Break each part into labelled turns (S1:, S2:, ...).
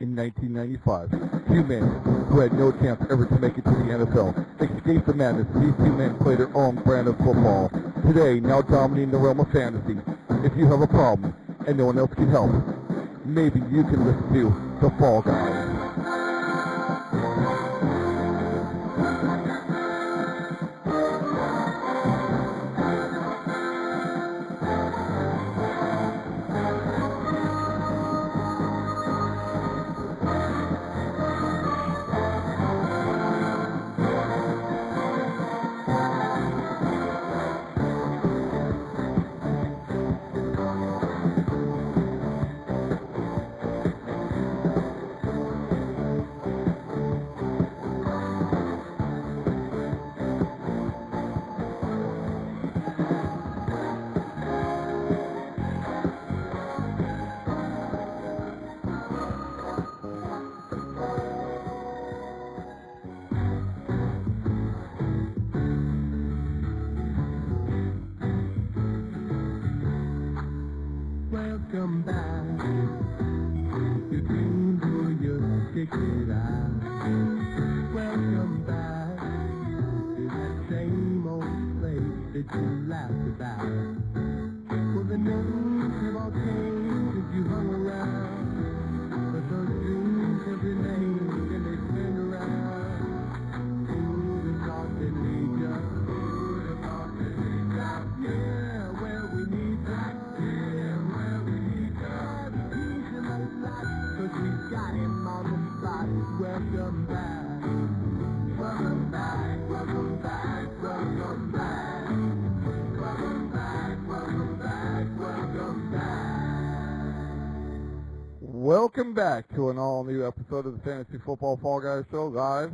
S1: in 1995. Two men who had no chance ever to make it to the NFL escaped the madness. These two men played their own brand of football. Today, now dominating the realm of fantasy. If you have a problem and no one else can help, maybe you can listen to The Fall Guy. Welcome back. You do who you kick it out. Welcome back to that same old place that you laughed about. Well, the names have all changed that you hung around. But those dreams have remained and they spin around. Ooh, the thought that leads us. Ooh, the thought that leads us. Yeah, where we need that. Yeah, where we need that. He's in the lot, cause we got him on the spot. Welcome back. Welcome back. Welcome back. Welcome back. Welcome back. Welcome back. Welcome back. Welcome back to an all-new episode of the Fantasy Football Fall Guys Show live.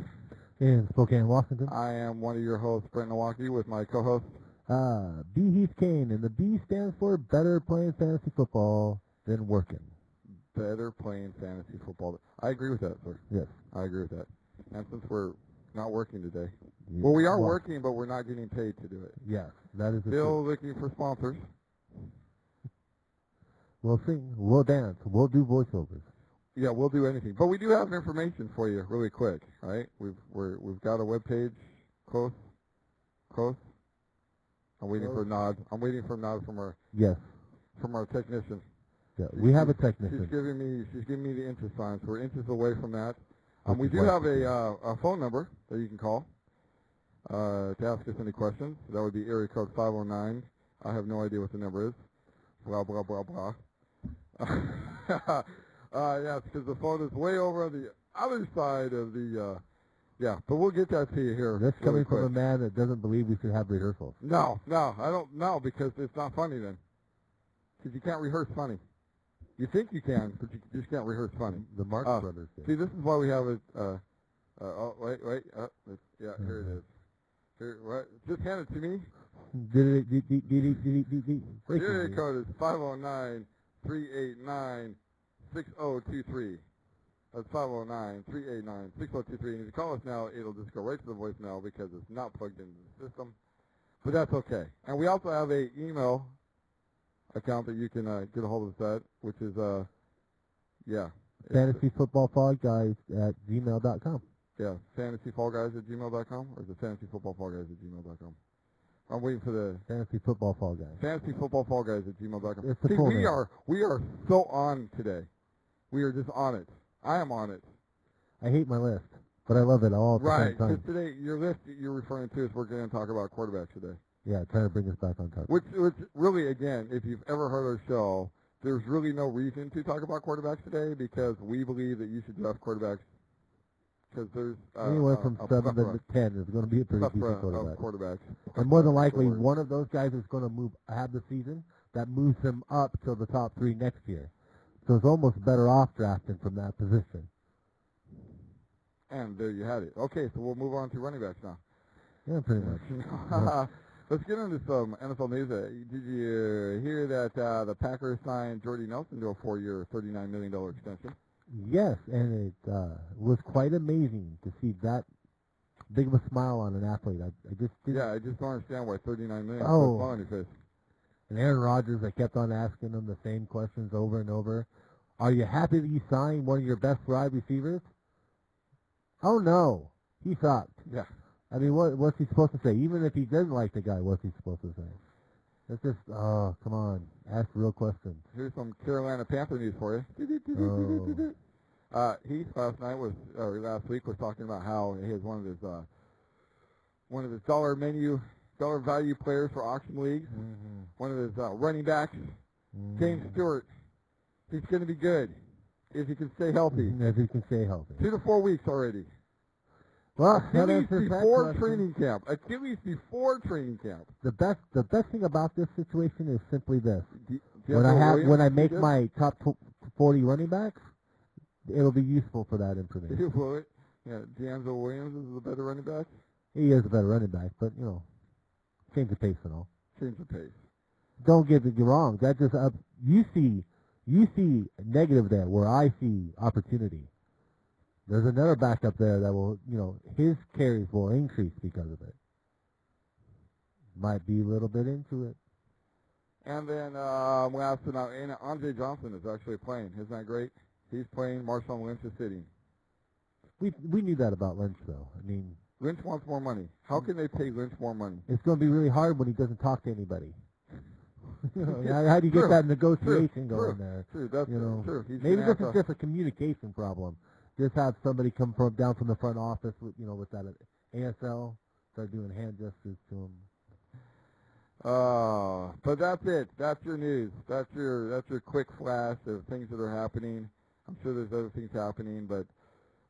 S2: in Spokane, Washington.
S1: I am one of your hosts, Brent Nowacki, with my co-host.
S2: Uh, B. Heath Kane, and the B stands for better playing fantasy football than working.
S1: Better playing fantasy football. I agree with that, sir.
S2: Yes.
S1: I agree with that. And since we're not working today, well, we are
S2: Well,
S1: working, but we're not getting paid to do it.
S2: Yes, that is the truth.
S1: Still looking for sponsors.
S2: We'll sing, we'll dance, we'll do voiceovers.
S1: Yeah, we'll do anything. But we do have information for you really quick, right? We've we're, we've got a webpage close, close. I'm waiting for a nod. I'm waiting for a nod from our
S2: Yes,
S1: from our technician.
S2: yeah, we have a
S1: She's
S2: technician.
S1: giving me she's giving me the inches sign, so we're inches away from that. Um, we
S2: Which
S1: do
S2: is why-
S1: have a, uh, a phone number that you can call uh, to ask us any questions. That would be area code 509. I have no idea what the number is. Blah, blah, blah, blah. uh, yes, because the phone is way over on the other side of the, uh, yeah, but we'll get that to you here.
S2: That's
S1: really
S2: coming from a
S1: quick.
S2: man that doesn't believe we should have rehearsals.
S1: No, no, I don't, no, because it's not funny then. Because you can't rehearse funny. You think you can, but you just can't rehearse funny.
S2: The Marx
S1: Uh,
S2: Brothers did.
S1: See, this is why we have a. Uh, uh, oh, wait, wait. Uh, it's, yeah, here
S2: Mm-hmm.
S1: it is. Here, what? Just hand it to me.
S2: Did it- did- did- did- did- did- did- breaking
S1: Area
S2: news.
S1: code is 509-389-6023. That's 509-389-6023. And if you call us now, it'll just go right to the voicemail because it's not plugged into the system. But that's okay. And we also have a email account that you can uh, get a hold of us at, which is, uh, yeah. it's-
S2: Fantasy football fog guys at gmail.com.
S1: Yeah, fantasyfallguys at gmail.com or is it fantasyfootballfallguys at gmail.com? I'm waiting for the
S2: Fantasy football fog guys.
S1: fantasyfootballfallguys at gmail.com.
S2: It's the
S1: See,
S2: full
S1: we
S2: name.
S1: are we are so on today. We are just on it. I am on it.
S2: I hate my list, but I love it all at the
S1: Right.
S2: same
S1: 'cause
S2: time.
S1: today your list that you're referring to is we're going to talk about quarterbacks today.
S2: Yeah, trying to bring us back on target.
S1: Which which really again, if you've ever heard our show, there's really no reason to talk about quarterbacks today because we believe that you should draft quarterbacks because there's uh,
S2: Anywhere
S1: uh,
S2: from
S1: a
S2: seven
S1: plethora-
S2: to ten is going to be a pretty
S1: plethora
S2: decent
S1: of
S2: quarterback.
S1: quarterbacks.
S2: And more than likely,
S1: Sure.
S2: one of those guys is going to move have the season that moves him up to the top three next year. So it's almost better off drafting from that position.
S1: And there you had it. Okay, so we'll move on to running backs now.
S2: Yeah, pretty much.
S1: Let's get into some NFL news. Uh, Did you hear that uh, the Packers signed Jordy Nelson to a four-year, $39 million extension?
S2: Yes, and it uh, was quite amazing to see that big of a smile on an athlete. I, I just didn't.
S1: Yeah, I just don't understand why $39 million. is
S2: Oh.
S1: So small on your face.
S2: And Aaron Rodgers, I kept on asking him the same questions over and over. Are you happy that you signed one of your best wide receivers? Oh no, he sucked.
S1: Yeah.
S2: I mean, what what's he supposed to say? Even if he didn't like the guy, what's he supposed to say? That's just oh come on, ask real questions.
S1: Here's some Carolina Panther news for you.
S2: Oh.
S1: Uh, Heath last night was, or last week was talking about how he has one of his, uh, one of his dollar menu, dollar value players for auction leagues. One of his uh, running backs, James
S2: Mm.
S1: Stewart. He's going to be good if he can stay healthy.
S2: If he can stay healthy.
S1: Mm-hmm. Two to four weeks already.
S2: Well, that
S1: Achilles
S2: answers that
S1: before
S2: question.
S1: training camp. Achilles before training camp.
S2: The best the best thing about this situation is simply this.
S1: Do- do you
S2: When I
S1: know
S2: have
S1: Williams
S2: when I
S1: do
S2: make
S1: this?
S2: my top tw- 40 running backs, it'll be useful for that information.
S1: You will. Yeah, D'Angelo Williams is the better running back.
S2: He is a better running back, but you know, change the pace and all.
S1: Change the pace.
S2: Don't get me wrong. That just up. You see, you see negative there, where I see opportunity. There's another back up there that will, you know, his carries will increase because of it. Might be a little bit into it.
S1: And then um, last but not and Andre Johnson is actually playing. Isn't that great? He's playing. Marshawn Lynch is sitting.
S2: We we knew that about Lynch though. I mean,
S1: Lynch wants more money. How
S2: Hmm.
S1: can they pay Lynch more money?
S2: it's going to be really hard when he doesn't talk to anybody. You know, how, how do you get
S1: True,
S2: that
S1: true,
S2: negotiation going there?
S1: True, that's
S2: You know,
S1: true. He's
S2: Maybe
S1: gonna
S2: this
S1: have
S2: is
S1: to-
S2: just a communication problem. Just have somebody come from down from the front office, with, you know, with that uh, ASL, start doing hand gestures to him.
S1: Uh, but that's it. That's your news. That's your that's your quick flash of things that are happening. I'm sure there's other things happening, but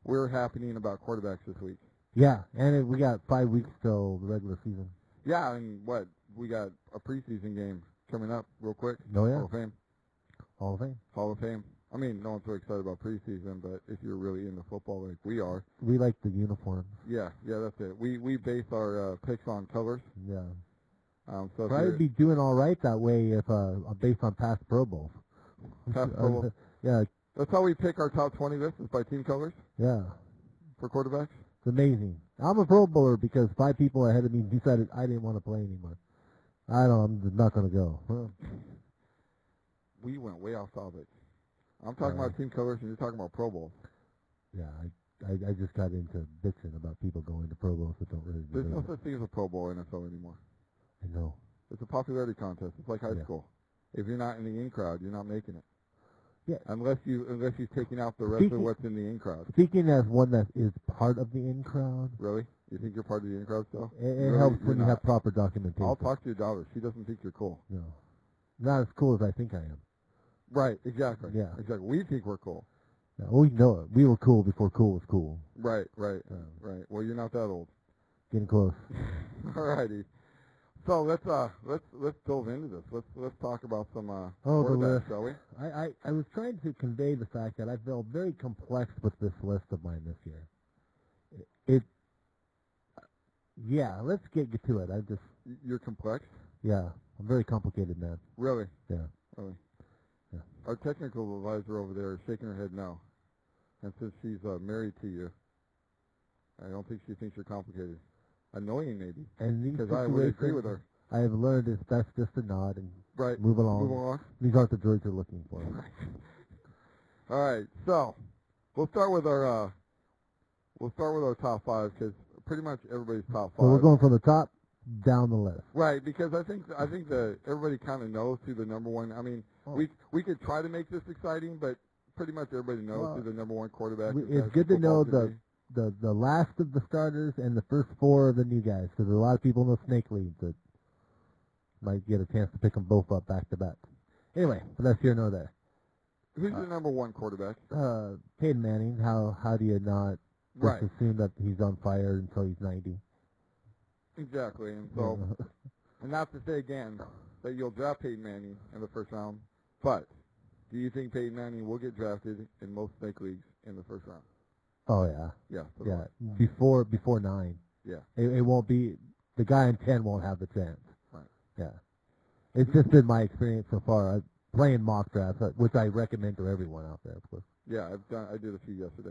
S1: we're happening about quarterbacks this week.
S2: Yeah, and it, we got five weeks till the regular season.
S1: Yeah, and what we got a preseason game coming up real quick.
S2: No, Oh, yeah,
S1: Hall of Fame.
S2: Hall of Fame.
S1: Hall of Fame. I mean, no one's so excited about preseason, but if you're really into football like we are,
S2: We like the uniforms.
S1: yeah, yeah, that's it. We we base our uh, picks on colors.
S2: Yeah,
S1: Um, so if
S2: probably
S1: you're
S2: be doing all right that way if uh, based on past Pro Bowls.
S1: past Pro Bowl-
S2: yeah,
S1: that's how we pick our top 20 lists is by team colors
S2: yeah.
S1: for quarterbacks.
S2: It's amazing. I'm a Pro Bowler because five people ahead of me decided I didn't want to play anymore. I don't. I'm not gonna go. Huh.
S1: We went way off topic. I'm talking
S2: Uh,
S1: about team colors, and you're talking about Pro Bowl.
S2: Yeah, I, I, I just got into bitching about people going to Pro Bowls that don't really
S1: There's no
S2: deserve it.
S1: such thing as a Pro Bowl in NFL anymore.
S2: I know.
S1: It's a popularity contest. It's like high
S2: Yeah.
S1: school. If you're not in the in crowd, you're not making it.
S2: Yeah.
S1: Unless you unless you're taking out the rest of
S2: Speaking-
S1: what's in the in crowd.
S2: Speaking as one that is part of the in crowd,
S1: Really? You think you're part of the in crowd still?
S2: it, it
S1: Really?
S2: helps
S1: You're
S2: when you
S1: not.
S2: have proper documentation.
S1: I'll talk to your daughter. She doesn't think you're cool.
S2: No, not as cool as I think I am.
S1: Right, exactly.
S2: Yeah.
S1: Exactly. We think we're cool.
S2: No, we know it. We were cool before cool was cool.
S1: Right, right,
S2: Um,
S1: right. Well, you're not that old.
S2: getting close.
S1: Alrighty. So let's uh let's let's delve into this. Let's let's talk about some uh
S2: Oh, the
S1: quarterbacks,
S2: list.
S1: shall we?
S2: I, I, I was trying to convey the fact that I felt very complex with this list of mine this year. It, yeah, let's get to it. I just,
S1: Y- You're complex.
S2: yeah, I'm very complicated man.
S1: Really?
S2: Yeah.
S1: Really.
S2: Yeah.
S1: Our technical advisor over there is shaking her head no. And since she's uh, married to you, I don't think she thinks you're complicated. Annoying maybe,
S2: And these
S1: because I would agree
S2: situations-
S1: with her.
S2: I have learned it's best just to nod and
S1: Right.
S2: move along.
S1: Move along.
S2: These aren't the droids you're looking for.
S1: All right, so we'll start with our uh, we'll start with our top five because pretty much everybody's top
S2: So we're
S1: five.
S2: going from the top down the list.
S1: right, because I think I think that everybody kind of knows who the number one. I mean, we we could try to make this exciting, but pretty much everybody knows
S2: Well,
S1: who the number one quarterback.
S2: we-
S1: in
S2: it's
S1: fantasy
S2: good to
S1: football
S2: know
S1: should
S2: the-
S1: be.
S2: The the last of the starters and the first four of the new guys, because a lot of people in the snake league that might get a chance to pick them both up back to back. Anyway, that's here nor there.
S1: who's
S2: uh,
S1: your number one quarterback.
S2: Uh, Peyton Manning, how how do you not just
S1: Right,
S2: assume that he's on fire until he's 90?
S1: exactly, and so
S2: You know?
S1: and not to say again that you'll draft Peyton Manning in the first round, but do you think Peyton Manning will get drafted in most snake leagues in the first round?
S2: oh yeah,
S1: Yeah. so do I.
S2: yeah. Before before nine.
S1: hmm. Yeah.
S2: It, it won't be the guy in ten won't have the chance.
S1: Right.
S2: Yeah. It's just been my experience so far. I, playing mock drafts, uh, which I recommend to everyone out there. Of course.
S1: Yeah, I've done. I did a few yesterday.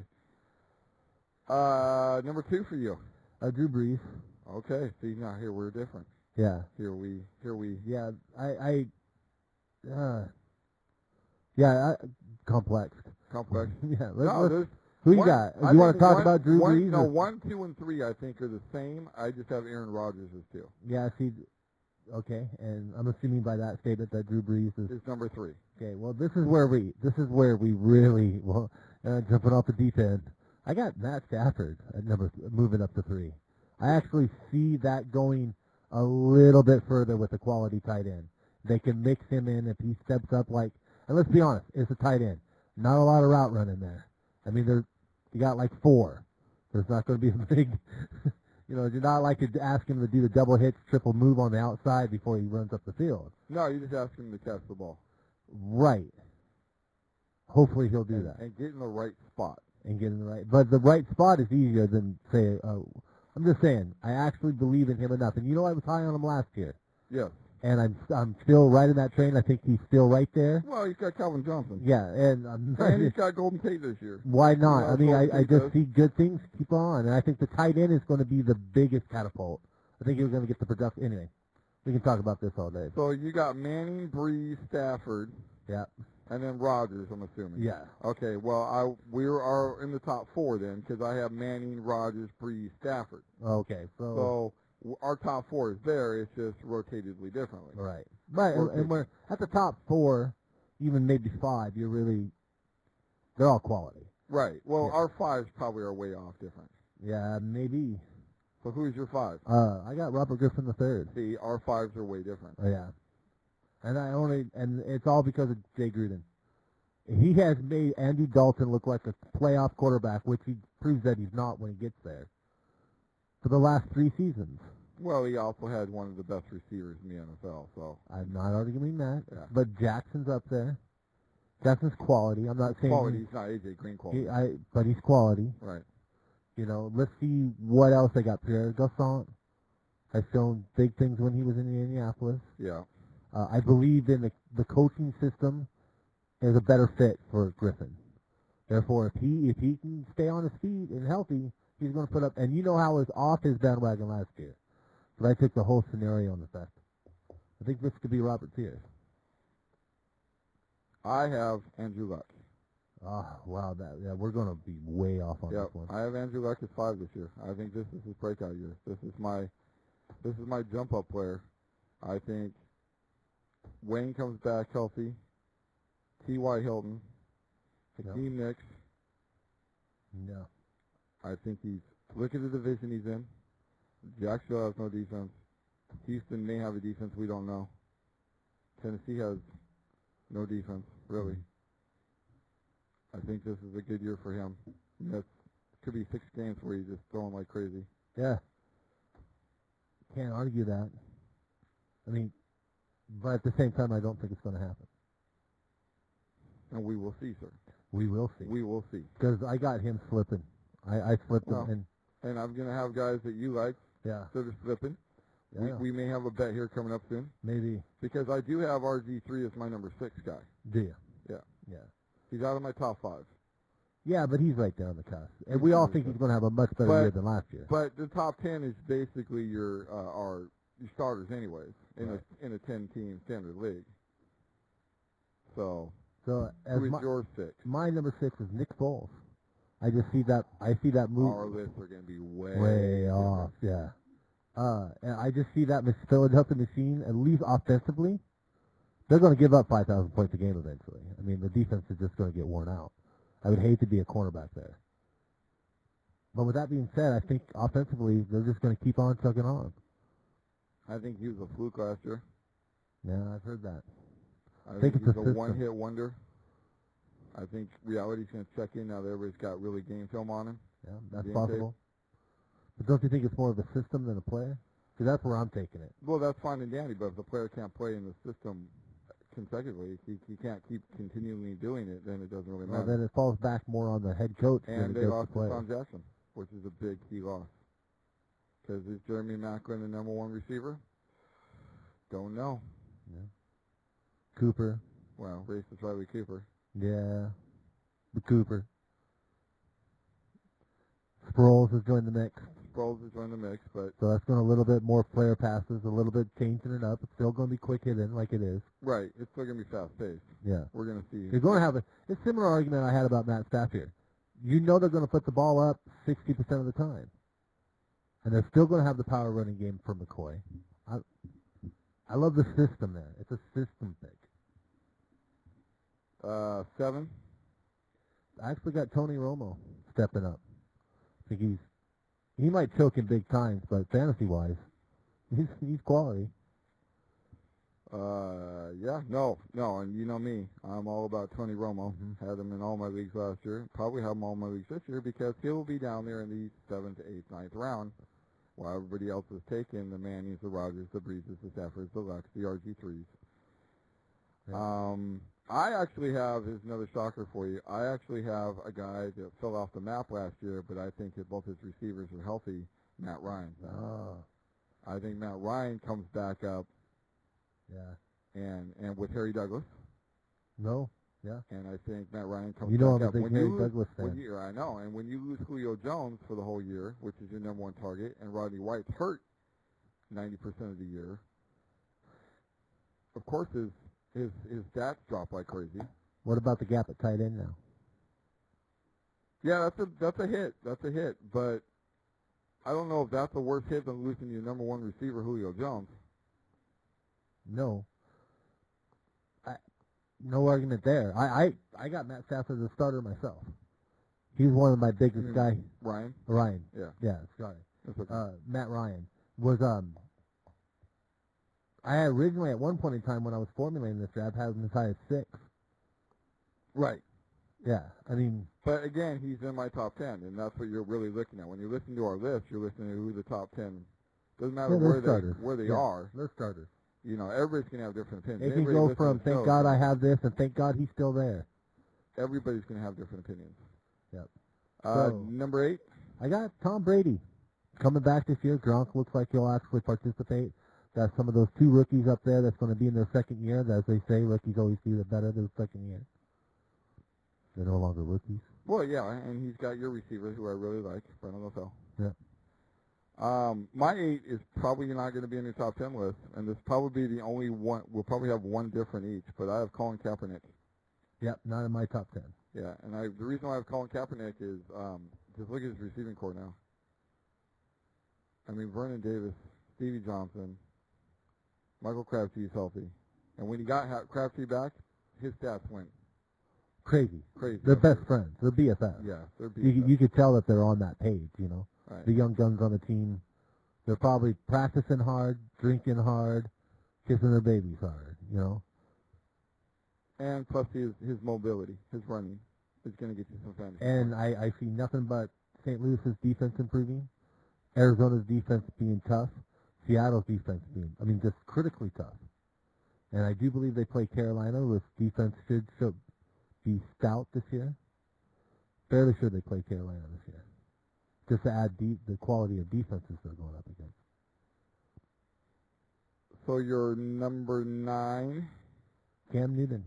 S1: Uh, number two for you.
S2: Uh, Drew Brees.
S1: Okay, see now here we're different.
S2: Yeah.
S1: Here we, here we.
S2: Yeah. I. I uh, yeah. I, complex.
S1: complex.
S2: yeah. Let's,
S1: No,
S2: let's-
S1: there's-
S2: who you
S1: one-
S2: got?
S1: I
S2: you want
S1: think
S2: to talk
S1: one-
S2: about Drew
S1: one-
S2: Brees?
S1: No,
S2: or-
S1: one, two, and three I think are the same. I just have Aaron Rodgers as two.
S2: Yeah. See. Okay. And I'm assuming by that statement that Drew Brees is
S1: Is number three.
S2: Okay, well, this is where we this is where we really well uh, jumping off the deep end. I got Matt Stafford at number moving up to three. I actually see that going a little bit further with the quality tight end. They can mix him in if he steps up. Like, and let's be honest, it's a tight end. Not a lot of route running there. I mean, there's you got like four. There's not going to be a big, you know, you're not like to ask him to do the double hitch, triple move on the outside before he runs up the field.
S1: No, you just ask him to catch the ball.
S2: Right. Hopefully he'll do
S1: and,
S2: that
S1: And get in the right spot.
S2: and get in the right. But the right spot is easier than say. Uh, I'm just saying. I actually believe in him enough, and you know I was high on him last year,
S1: Yes.
S2: and I'm I'm still right in that train. I think he's still right there.
S1: Well, he's got Calvin Johnson.
S2: Yeah, and I'm
S1: And he's got Golden Tate this year.
S2: why not?
S1: Yeah,
S2: I mean,
S1: well,
S2: I, I
S1: he does.
S2: just see good things keep on, and I think the tight end is going to be the biggest catapult. I think he was going to get the production. Anyway, we can talk about this all day.
S1: So you got Manning, Breeze, Stafford.
S2: Yeah.
S1: And then Rodgers, I'm assuming.
S2: Yeah,
S1: Okay, well, I we are in the top four then because I have Manning, Rodgers, Breeze, Stafford.
S2: okay, so
S1: So w- our top four is there. It's just rotatedly differently.
S2: Right. Right, and,
S1: Or-
S2: and we're at the top four, even maybe five. You're really, they're all quality.
S1: Right. Well,
S2: Yeah.
S1: our fives probably are way off different.
S2: Yeah, maybe.
S1: So who's your five?
S2: Uh, I got Robert Griffin the third.
S1: See, our fives are way different.
S2: Oh, yeah, and I only and it's all because of Jay Gruden. He has made Andy Dalton look like a playoff quarterback, which he proves that he's not when he gets there. For the last three seasons,
S1: Well, he also had one of the best receivers in the NFL. So
S2: I'm not arguing that,
S1: Yeah.
S2: but Jackson's up there. Jackson's quality. I'm not saying
S1: quality, he's not AJ Green quality.
S2: He, I, but he's quality.
S1: right.
S2: You know, let's see what else they got. Pierre Garçon has shown big things when he was in Indianapolis.
S1: Yeah.
S2: Uh, I believe in the, the coaching system is a better fit for Griffin. Therefore, if he if he can stay on his feet and healthy, he's going to put up. And you know how was off his bandwagon last year, but I took the whole scenario on the fact. I think this could be Robert Pierce.
S1: I have Andrew Luck.
S2: Oh wow, that yeah, we're going to be way off on
S1: Yep.
S2: this one.
S1: I have Andrew Luck at five this year. I think this is his breakout year. This is my this is my jump up player. I think Wayne comes back healthy. T. Y. Hilton.
S2: Yep.
S1: Hakeem Nicks.
S2: No,
S1: I think he's look at the division he's in. Jacksonville has no defense. Houston may have a defense we don't know. Tennessee has no defense really. I think this is a good year for him. That could be six games where he's just throwing like crazy.
S2: Yeah. Can't argue that. I mean, but at the same time, I don't think it's going to happen.
S1: And we will see, sir.
S2: We will see.
S1: We will see.
S2: Because I got him slipping. I, I slipped
S1: Well,
S2: him. And,
S1: And I'm gonna have guys that you like
S2: yeah.
S1: that are slipping.
S2: yeah
S1: We, we may have a bet here coming up soon
S2: maybe.
S1: because I do have RG3 as my number six guy.
S2: Do you?
S1: Yeah.
S2: Yeah.
S1: He's out of my top five.
S2: Yeah, but he's right there on the cusp. And
S1: He's
S2: we all
S1: really
S2: think
S1: good.
S2: he's going to have a much better
S1: But-
S2: year than last year.
S1: But the top ten is basically your uh, our your starters, anyways, in
S2: Right.
S1: a in a ten team standard league. So
S2: So as
S1: who is
S2: my,
S1: your six?
S2: my number six is Nick Foles. I just see that. I see that move.
S1: Our lists are gonna be way
S2: way off. Yeah. Uh, and I just see that Miss Philadelphia machine, at least offensively, they're going to give up 5,000 points a game eventually. I mean, the defense is just going to get worn out. I would hate to be a cornerback there. But with that being said, I think offensively they're just going to keep on chugging on.
S1: I think he was a fluke last year.
S2: Yeah, I've heard that.
S1: I
S2: Think
S1: think,
S2: it's
S1: he's
S2: the
S1: a
S2: system.
S1: one hit wonder. I think reality's gonna check in now that everybody's got really game film on him.
S2: Yeah, that's
S1: Game tape.
S2: possible. But don't you think it's more of a system than a player? Because that's where I'm taking it.
S1: Well, that's fine and dandy, but if the player can't play in the system consecutively, he, he can't keep continually doing it, then it doesn't really
S2: Well,
S1: matter.
S2: then it falls back more on the head coach than
S1: And
S2: it
S1: they
S2: does
S1: lost
S2: the
S1: to
S2: player.
S1: Tom Jackson, which is a big key loss. Because is Jeremy Macklin the number one receiver? Don't know.
S2: Cooper,
S1: Well, race is Riley Cooper.
S2: Yeah. The Cooper. Sproles has joined the mix.
S1: 12s to join the mix, but
S2: So that's going a little bit more flare passes, a little bit changing it up. It's still going to be quick hitting like it is.
S1: right, it's still gonna be fast paced.
S2: Yeah.
S1: We're gonna see.
S2: You're going to have a, it's a similar argument I had about Matt Staff here. You know they're going to put the ball up 60% of the time. And they're still going to have the power running game for McCoy. I, I love the system there. It's a system pick.
S1: Uh, seven.
S2: I actually got Tony Romo stepping up. I think he's, he might choke in big times, but fantasy-wise, he's, he's quality.
S1: Uh, yeah, no, no, and you know me, I'm all about Tony Romo. Had him in all my leagues last year. Probably have him all my leagues this year because he will be down there in the seventh, eighth, ninth round, while everybody else is taking the Mannings, the Rogers, the Breezes, the Staffords, the Lux, the RG threes.
S2: Yeah.
S1: Um, I actually have here's another shocker for you. I actually have a guy that fell off the map last year, but I think that both his receivers are healthy. Matt Ryan. Ah.
S2: Oh,
S1: I think Matt Ryan comes back up
S2: yeah.
S1: and and with Harry Douglas.
S2: No,
S1: And I think Matt Ryan comes
S2: you know I'm
S1: back
S2: a
S1: up.
S2: big
S1: when
S2: Harry
S1: you lose,
S2: Douglas
S1: when
S2: fan.
S1: you, I know, and when you lose Julio Jones for the whole year, which is your number one target, and Rodney White's hurt 90% of the year, of course his his his stats drop like crazy.
S2: What about the gap at tight end now?
S1: Yeah, that's a that's a hit. That's a hit. But I don't know if that's a worse hit than losing your number one receiver Julio Jones.
S2: No. I, no argument there. I, I, I got Matt Stafford as a starter myself. He's one of my biggest
S1: Mm.
S2: guy.
S1: Ryan,
S2: Ryan.
S1: Yeah.
S2: Yeah, sorry.
S1: that's okay.
S2: Uh, Matt Ryan was um. I had originally at one point in time when I was formulating this draft had him as high as six.
S1: right.
S2: Yeah, I mean
S1: But again, he's in my top ten, and that's what you're really looking at. When you listen to our list, you're listening to who the top ten. Doesn't matter
S2: Yeah, they're
S1: where they
S2: starters.
S1: where they
S2: Yeah.
S1: are.
S2: they're starters.
S1: You know, everybody's gonna have different opinions.
S2: It can
S1: Anybody
S2: go
S1: listening
S2: from
S1: to the
S2: thank
S1: show,
S2: God I have this and thank God he's still there.
S1: Everybody's gonna have different opinions.
S2: Yep.
S1: Uh,
S2: So-
S1: number eight.
S2: I got Tom Brady coming back this year. Gronk looks like he'll actually participate. Got some of those two rookies up there that's going to be in their second year. As they say, rookies always do the better their second year. They're no longer rookies.
S1: Well, yeah, and he's got your receiver, who I really like, Brendan LaFell.
S2: Yeah.
S1: Um, my eight is probably not going to be in your top ten list, and this probably be the only one. We'll probably have one different each, but I have Colin Kaepernick.
S2: Yep, not in my top ten.
S1: Yeah, and I the reason why I have Colin Kaepernick is um, just look at his receiving core now. I mean, Vernon Davis, Stevie Johnson, Michael Crabtree's healthy, and when he got ha- Crabtree back, his stats went
S2: Crazy.
S1: crazy.
S2: They're best friends. They're BFFs.
S1: Yeah, they're
S2: You,
S1: beat.
S2: you could tell that they're on that page, you know.
S1: right.
S2: The young guns on the team, they're probably practicing hard, drinking hard, kissing their babies hard, you know.
S1: And plus his his mobility, his running, is going to get you some fantasy.
S2: And
S1: points.
S2: I, I see nothing but St. Louis's defense improving, Arizona's defense being tough, Seattle's defense being, I mean, just critically tough. And I do believe they play Carolina, which defense should show, be stout this year. Fairly sure they play Carolina this year. Just to add deep, the quality of defenses they're going up against.
S1: so your number nine.
S2: Cam Newton.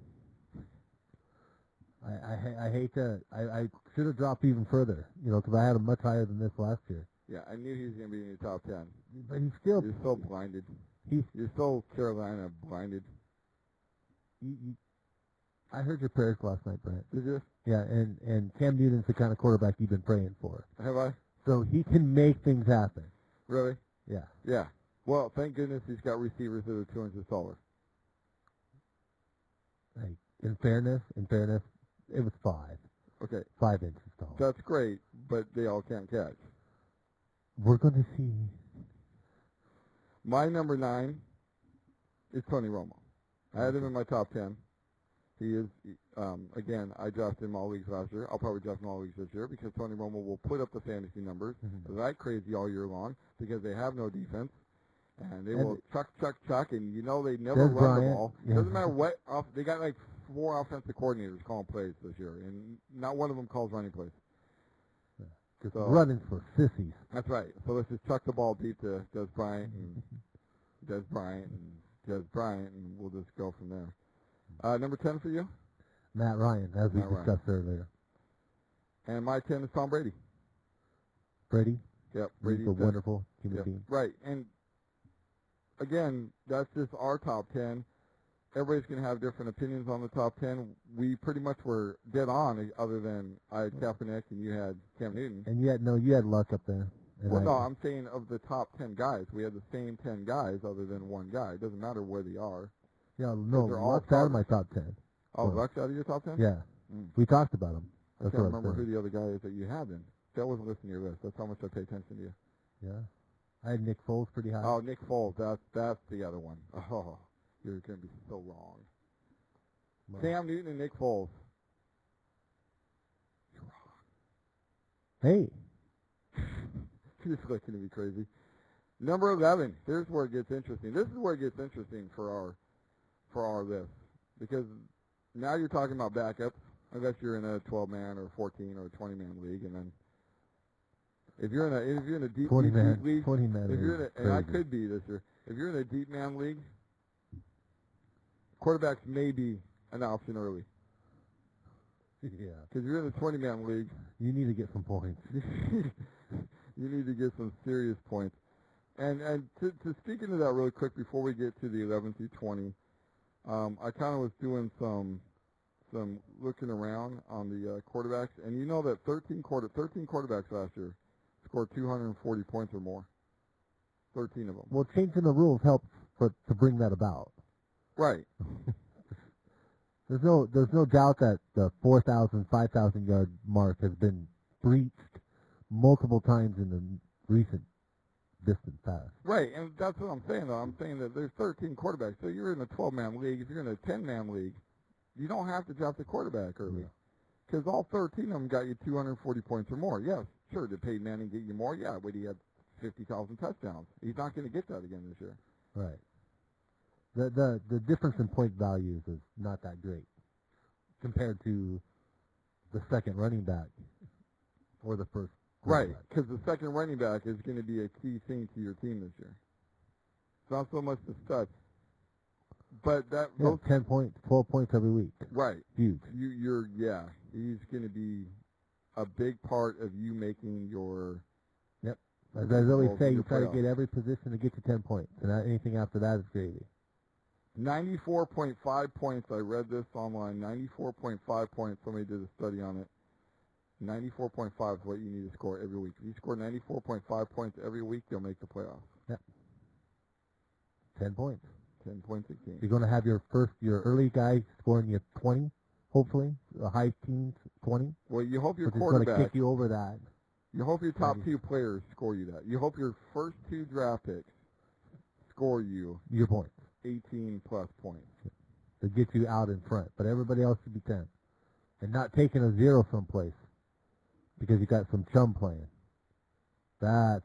S2: I, I, ha- I hate to, I, I should have dropped even further, you know, because I had him much higher than this last year.
S1: Yeah, I knew he was going to be in your top ten.
S2: But he's still,
S1: You're so blinded.
S2: he's
S1: You're so Carolina blinded.
S2: you, you, I heard your prayers last night, Brent.
S1: Did you?
S2: Yeah, and and Cam Newton's the kind of quarterback you've been praying for.
S1: Have I?
S2: So he can make things happen.
S1: Really?
S2: Yeah.
S1: Yeah. Well, thank goodness he's got receivers that are two inches taller.
S2: Like in fairness, in fairness, it was five,
S1: Okay,
S2: five inches tall.
S1: that's great, but they all can't catch.
S2: We're gonna see.
S1: My number nine is Tony Romo. I had him in my top ten. He is, um, again, I drafted him all leagues last year. I'll probably draft him all leagues this year because Tony Romo will put up the fantasy numbers like crazy all year long because they have no defense. And they
S2: And-
S1: will chuck, chuck, chuck, and you know they never run
S2: Des
S1: the
S2: Bryant,
S1: ball.
S2: yeah.
S1: Doesn't matter what. Off, they got like four offensive coordinators calling plays this year, and not one of them calls running plays.
S2: Just
S1: So-
S2: running for sissies.
S1: That's right. So let's just chuck the ball deep to Des Bryant and
S2: Mm-hmm.
S1: Des Bryant and Des Bryant, and we'll just go from there. Uh, number 10 for you,
S2: Matt Ryan, as we
S1: Matt Ryan.
S2: discussed earlier.
S1: and my 10 is Tom Brady.
S2: Brady,
S1: Yep.
S2: He's
S1: Brady's
S2: a
S1: done-
S2: wonderful human
S1: Yep,
S2: being.
S1: Right. And again, that's just our top 10. Everybody's going to have different opinions on the top 10. We pretty much were dead on, eh, other than I had Kaepernick and you had Cam Newton.
S2: And you had no, you had luck up there. And
S1: Well,
S2: I-
S1: no, I'm saying of the top 10 guys, we had the same 10 guys other than one guy. It doesn't matter where they are.
S2: yeah, no,
S1: they're all
S2: luck's out of
S1: top-
S2: my top ten.
S1: Oh,
S2: Well,
S1: Luck's out of your top 10?
S2: Yeah,
S1: Mm.
S2: we talked about him.
S1: I
S2: That's
S1: can't
S2: what I'm
S1: remember
S2: saying.
S1: who the other guy is that you had then. See, I wasn't listening to your list. That's how much I pay attention to you.
S2: Yeah, I had Nick Foles pretty high.
S1: Oh, Nick Foles. That's, that's the other one. Oh, you're going to be so wrong.
S2: Well,
S1: Sam Newton and Nick Foles.
S2: Hey,
S1: You're looking to be crazy. Number eleven. Here's where it gets interesting. This is where it gets interesting for our for our list because now you're talking about backup unless you're in a 12 man or 14 or 20 man league, and then if you're in a if you're in a deep,
S2: twenty
S1: deep,
S2: man,
S1: deep league,
S2: twenty man.
S1: if you're in
S2: is
S1: a, and I
S2: crazy.
S1: could be this year, if you're in a deep man league, quarterbacks may be an option early
S2: yeah,
S1: because you're in a 20 man league.
S2: you need to get some points.
S1: you need to get some serious points. And and to, to speak into that really quick before we get to the 11 through 20, um, I kind of was doing some some looking around on the uh, quarterbacks, and you know that 13 quarter 13 quarterbacks last year scored 240 points or more. 13 of them.
S2: Well, changing the rules helps for to bring that about.
S1: Right.
S2: There's no there's no doubt that the 4,000, 5,000 yard mark has been breached multiple times in the recent distant past.
S1: Right, and that's what I'm saying. Though I'm saying that there's 13 quarterbacks. So you're in a 12-man league. If you're in a 10-man league, you don't have to drop the quarterback early, because all 13 of them got you 240 points or more. Yes, sure. Did Peyton Manning get you more? Yeah, but he had 50,000 touchdowns. He's not going to get that again this year.
S2: Right. The the the difference in point values is not that great compared to the second running back or the first.
S1: Right,
S2: quarterback.
S1: because the second running back is going to be a key thing to your team this year. It's not so much the stud, but that
S2: Yeah,
S1: those,
S2: ten points, twelve points every week.
S1: right.
S2: Huge.
S1: you, you're yeah, he's going to be a big part of you making your
S2: As I always
S1: Well,
S2: say, you
S1: you're
S2: try to
S1: playoff.
S2: get every position to get to ten points, and that- anything after that is gravy.
S1: 94.5 points. I read this online. 94.5 points. Somebody did a study on it. 94.5 is what you need to score every week. If you score 94.5 points every week, you'll make the playoffs.
S2: Ten points.
S1: 10 points a game.
S2: You're going to have your first, your early guy scoring you 20, hopefully, the high teens, 20,
S1: Well, you hope your
S2: which is going to kick
S1: quarterback,
S2: you over that.
S1: you hope your top
S2: Right.
S1: two players score you that. You hope your first two draft picks score you
S2: Your points
S1: 18 plus points.
S2: to get you out in front, but everybody else should be 10, and not taking a zero someplace because you got some chum playing. That's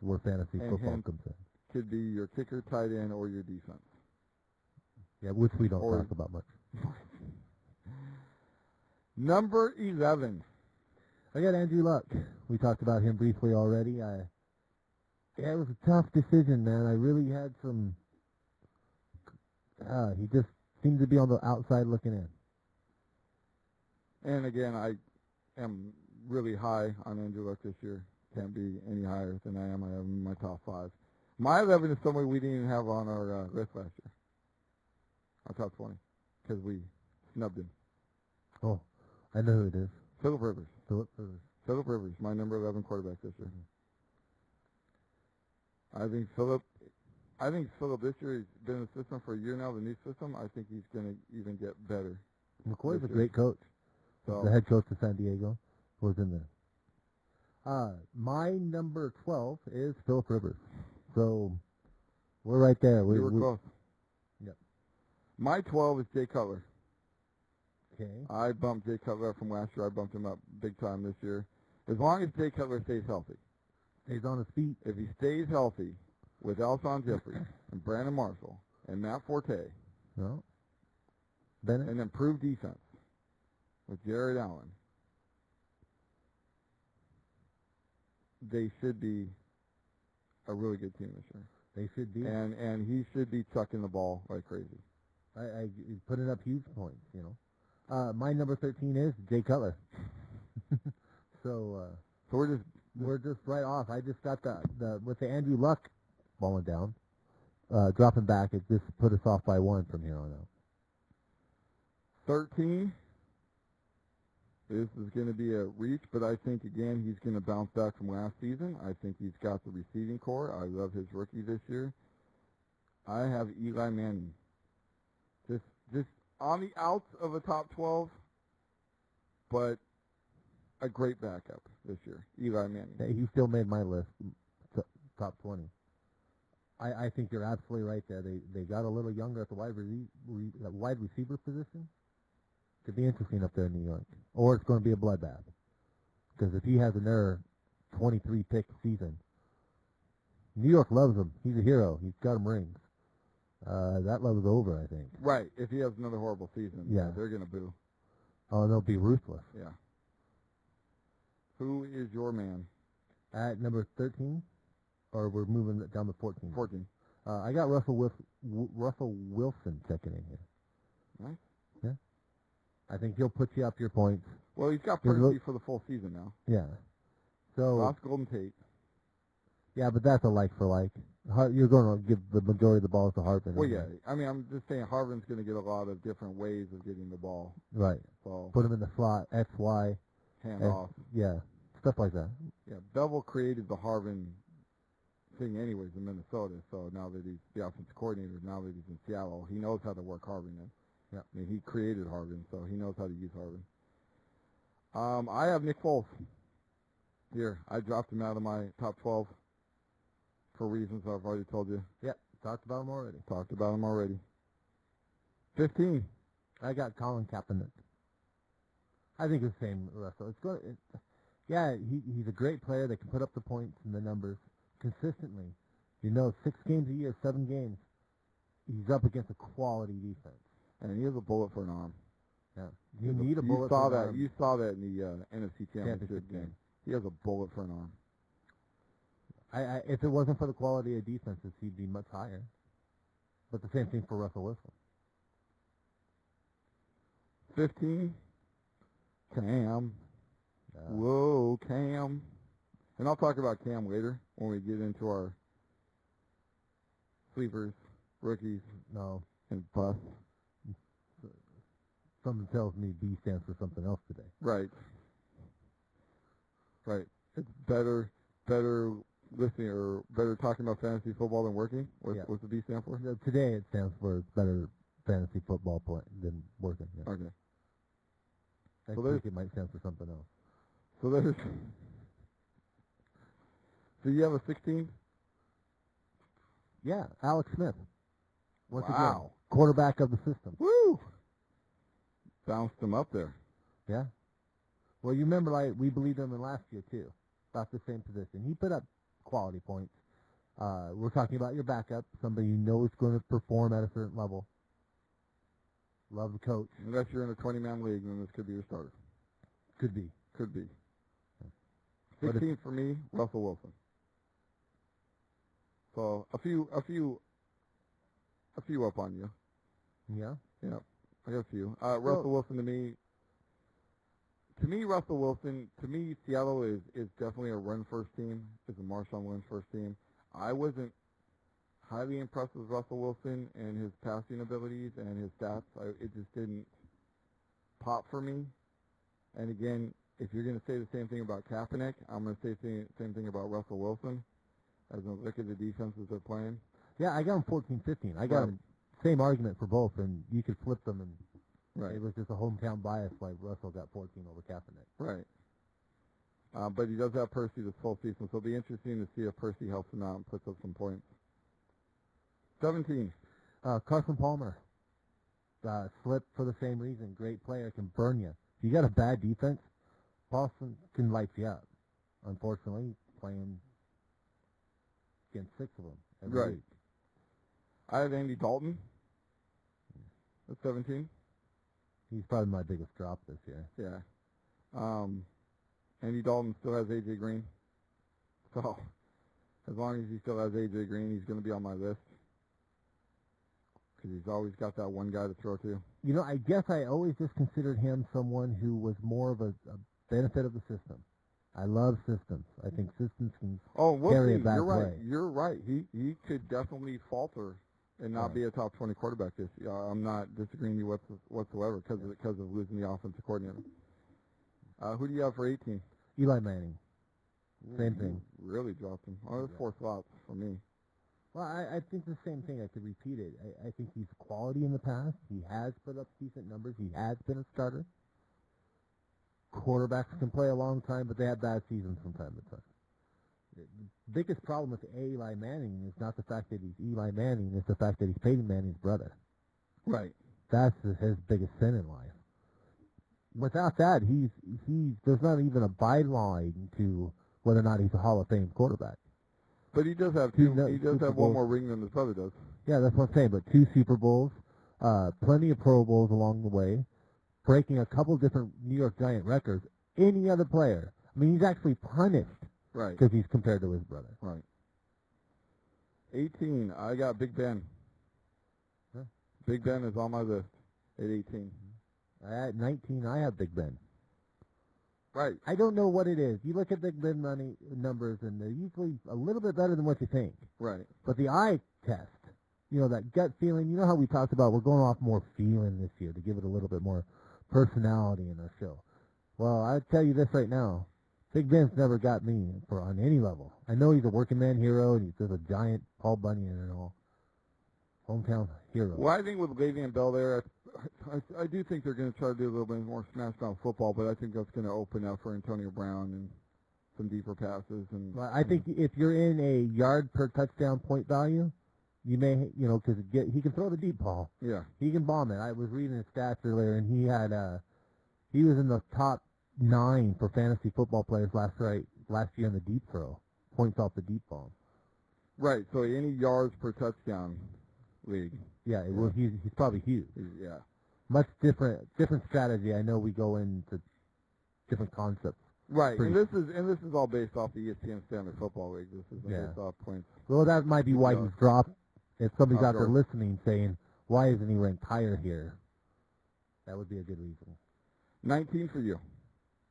S2: where fantasy
S1: And
S2: football
S1: him.
S2: comes in.
S1: Could be your kicker, tight end, or your defense.
S2: Yeah, which we don't
S1: Or-
S2: talk about much.
S1: Number 11.
S2: I got Andrew Luck. We talked about him briefly already. I yeah, it was a tough decision, man. I really had some. Uh, he just seemed to be on the outside looking in.
S1: And again, I am really high on Andrew Luck this year. Can't be any higher than I am. I have him in my top five. My 11 is somebody we didn't even have on our uh, list last year, our top 20, because we snubbed him.
S2: Oh, I know who it is.
S1: Philip Rivers.
S2: Philip Rivers.
S1: Philip Rivers, my number 11 quarterback this year. I think Philip, I think Philip this year has been in the system for a year now. The new system, I think he's going to even get better.
S2: McCoy's a
S1: Yes, sir.
S2: great coach.
S1: So
S2: The head coach of San Diego was in there. Uh, my number 12 is Philip Rivers. So we're right there. We,
S1: we were
S2: we-
S1: close.
S2: Yep.
S1: My 12 is Jay Cutler.
S2: Okay.
S1: I bumped Jay Cutler up from last year. I bumped him up big time this year. As long as Jay Cutler stays healthy.
S2: He's on his feet.
S1: If he stays healthy with Alshon Jeffrey and Brandon Marshall and Matt Forte
S2: No. Bennett?
S1: and improved defense with Jared Allen, they should be a really good team this year.
S2: they should be.
S1: And and he should be chucking the ball like crazy.
S2: I, I he's putting up huge points, you know. Uh, my number 13 is Jay Cutler. so, uh,
S1: So we're just
S2: we're just right off. I just got the, the with the Andrew Luck falling down, uh, dropping back. It just put us off by one from here on out.
S1: 13. This is going to be a reach, but I think, again, he's going to bounce back from last season. I think he's got the receiving core. I love his rookie this year. I have Eli Manning. Just, just on the outs of a top 12, but a great backup this year, Eli Manning.
S2: Hey, He still made my list, t- top twenty. I, I think you're absolutely right there. They they got a little younger at the wide re- re- uh, wide receiver position. Could be interesting up there in New York, or it's going to be a bloodbath. Because if he has another 23 pick season, New York loves him. He's a hero. He's got him rings. Uh, that love's over, I think.
S1: Right, if he has another horrible season,
S2: Yeah.
S1: they're going to boo.
S2: Oh, they'll be ruthless.
S1: Yeah. Who is your man?
S2: At number 13, or we're moving down to 14.
S1: 14.
S2: Uh, I got Russell Wilf- w- Russell Wilson second in here.
S1: Nice.
S2: Yeah. I think he'll put you up your points.
S1: Well, he's got
S2: Good look. Oh.
S1: Purdy for the full season now.
S2: Yeah. So
S1: Lost Golden Tate.
S2: yeah, but that's a like for like. Har- You're going to give the majority of the balls to Hartman.
S1: Well, yeah.
S2: aren't you?
S1: I mean, I'm just saying Harvin's going to get a lot of different ways of getting the ball.
S2: Right.
S1: Ball,
S2: Put him in the slot, X, Y.
S1: hand
S2: and-
S1: off.
S2: Yeah. Stuff like that.
S1: Yeah, Bevel created the Harvin thing anyways in Minnesota. So now that he's the offensive coordinator, now that he's in Seattle, he knows how to work Harvin in.
S2: Yeah.
S1: I mean, he created Harvin, so he knows how to use Harvin. Um, I have Nick Foles here. I dropped him out of my top 12 for reasons I've already told you.
S2: Talked about him already.
S1: Talked about him already. 15.
S2: I got Colin Kaepernick. I think it's the same Russell. It's good. It, yeah, he, he's a great player that can put up the points and the numbers consistently. You know, six games a year, seven games. He's up against a quality defense.
S1: And he has a bullet for an arm.
S2: Yeah, you need a bullet.
S1: You saw
S2: for an
S1: that.
S2: arm.
S1: You saw that in the uh, NFC
S2: Championship
S1: Championship game.
S2: game.
S1: He has a bullet for an arm.
S2: I, I, if it wasn't for the quality of defenses, he'd be much higher. But the same thing for Russell Wilson.
S1: 15. Cam.
S2: Uh,
S1: Whoa, Cam. And I'll talk about Cam later when we get into our sleepers, rookies,
S2: no,
S1: and busts.
S2: something tells me B stands for something else today.
S1: Right. Right. It's better, better listening or better talking about fantasy football than working. What,
S2: Yeah.
S1: What's the B stand for?
S2: Uh, Today it stands for better fantasy football play than working. Yeah.
S1: Okay.
S2: Next
S1: Well, there's-
S2: week it might stand for something else.
S1: So there's. Do you have a 16?
S2: Yeah, Alex Smith. Once again,
S1: Wow.
S2: quarterback of the system.
S1: Woo! Bounced him up there.
S2: Yeah. Well, you remember, like we believed him in last year too, about the same position. He put up quality points. Uh, we're talking about your backup, somebody you know is going to perform at a certain level. Love the coach,
S1: Unless you're in a 20-man league, then this could be your starter.
S2: could be.
S1: Could be.
S2: But if-
S1: 16 for me, Russell Wilson. So a few, a few, a few up on you.
S2: Yeah.
S1: I got a few. Uh, Russell Wilson to me. To me, Russell Wilson. To me, Seattle is is definitely a run first team. Is a Marshawn Lynch first team. I wasn't highly impressed with Russell Wilson and his passing abilities and his stats. I, it just didn't pop for me. And again, if you're going to say the same thing about Kaepernick, I'm going to say the same- same thing about Russell Wilson. As I look at the defenses they're playing,
S2: Yeah, I got him 14-15. I got
S1: Right.
S2: him same argument for both, and you could flip them, and
S1: right?
S2: it was just a hometown bias. Like Russell got 14 over Kaepernick.
S1: Right. Uh, but he does have Percy this full season, so it'll be interesting to see if Percy helps him out and puts up some points. 17.
S2: Uh, Carson Palmer. Uh, slip for the same reason. Great player can burn you. If you got a bad defense, Boston can light you up. Unfortunately, playing against six of them every
S1: Right.
S2: week.
S1: I have Andy Dalton at 17.
S2: He's probably my biggest drop this year.
S1: Yeah. Um, Andy Dalton still has A.J. Green. So as long as he still has A.J. Green, he's going to be on my list because he's always got that one guy to throw to.
S2: You know, I guess I always just considered him someone who was more of a, a benefit of the system. I love systems. I think systems can.
S1: Oh, we'll
S2: Carry
S1: see.
S2: it back
S1: You're right.
S2: way.
S1: You're right. He he could definitely falter and not
S2: Right.
S1: be a top 20 quarterback this year. I'm not disagreeing with you whatso- whatsoever because of, because of losing the offensive coordinator. Uh, who do you have for 18?
S2: Eli Manning.
S1: Ooh,
S2: Same
S1: you
S2: thing.
S1: Really dropped him. Oh, that's
S2: Yeah.
S1: four slots for me.
S2: Well, I, I think the same thing. I could repeat it. I, I think he's quality in the past. He has put up decent numbers. He has been a starter. Quarterbacks can play a long time, but they have bad seasons from time to time. The the biggest problem with Eli Manning is not the fact that he's Eli Manning. It's the fact that he's Peyton Manning's brother.
S1: Right.
S2: That's his biggest sin in life. Without that, he's he's there's not even a byline to whether or not he's a Hall of Fame quarterback.
S1: But he does have
S2: He
S1: two.
S2: does-
S1: He does
S2: Super
S1: have one
S2: Bowl.
S1: more ring than his brother does.
S2: Yeah, that's what I'm saying. But two Super Bowls, uh, plenty of Pro Bowls along the way, breaking a couple different New York Giant records. Any other player, I mean, he's actually punished
S1: Right.
S2: because he's compared to his brother.
S1: Right. 18. I got Big Ben.
S2: Huh?
S1: Big Ben is on my list at 18.
S2: At 19, I have Big Ben.
S1: Right.
S2: I don't know what it is. You look at Big Ben money numbers, and they're usually a little bit better than what you think.
S1: Right.
S2: But the eye test, you know, that gut feeling, you know how we talked about we're going off more feeling this year to give it a little bit more personality in our show. Well, I tell you this right now. Big Ben's never got me for on any level. I know he's a working man hero and he's just a giant Paul Bunyan and all. Hometown hero.
S1: Well, I think with Le'Veon and Bell there, I, I, I do think they're going to try to do a little bit more smash down football, but I think that's going to open up for Antonio Brown and some deeper passes. And
S2: Well, I think if you're in a yard per touchdown point value, you may, you know, because he can throw the deep ball.
S1: yeah,
S2: He can bomb it. I was reading his stats earlier, and he had uh, he was in the top nine for fantasy football players last right last year in the deep throw points off the deep bomb.
S1: right. So any yards per touchdown league,
S2: Yeah, it, well, he's he's probably huge.
S1: yeah.
S2: Much different different strategy. I know we go into different concepts.
S1: Right,
S2: Pretty-
S1: and this is and this is all based off the E ESPN Standard Football League. This is
S2: Yeah.
S1: based off points.
S2: Well, that might be why
S1: Yeah.
S2: he's dropped. If somebody's
S1: Oh,
S2: out there
S1: sure.
S2: listening, saying why isn't he ranked higher here, that would be a good reason.
S1: 19 for you.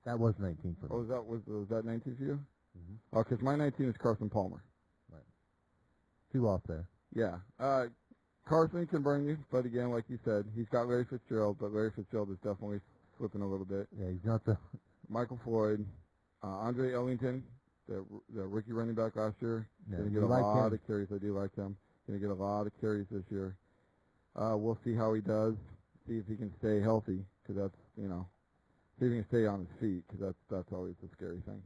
S2: That was 19 for me.
S1: Oh, was that was, was that 19 for you? Oh, because my 19 is Carson Palmer.
S2: Two off there.
S1: Yeah. Uh, Carson can burn you, but again, like you said, he's got Larry Fitzgerald, but Larry Fitzgerald is definitely slipping a little bit.
S2: Yeah, he's not the
S1: Michael Floyd, uh, Andre Ellington, the, the rookie running back last year,
S2: no,
S1: going to
S2: you
S1: get a
S2: like
S1: lot
S2: him.
S1: of carries. I do like him. Going to get a lot of carries this year. Uh, we'll see how he does. See if he can stay healthy, because that's you know, see if he can stay on his feet, because that's that's always the scary thing.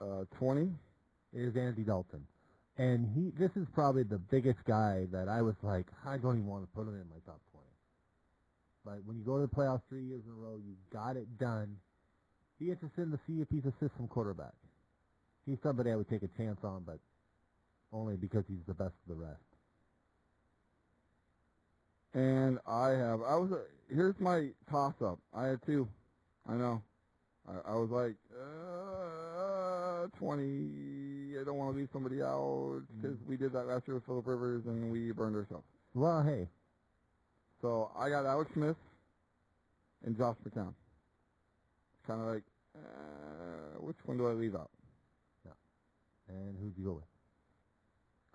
S1: Uh, Twenty.
S2: is Andy Dalton. And he this is probably the biggest guy that I was like, I don't even want to put him in my top twenty. But when you go to the playoffs three years in a row, you got it done. Be interested to see if he's a system quarterback. He's somebody I would take a chance on, but only because he's the best of the rest.
S1: And I have I was here's my toss up. I had two. I know. I, I was like uh, twenty. I don't want to leave somebody out
S2: Mm-hmm.
S1: because we did that last year with Philip Rivers and we burned ourselves.
S2: Well, hey,
S1: So I got Alex Smith and Josh McCown. Kind of like uh, which one do I leave out?
S2: and who'd you go with?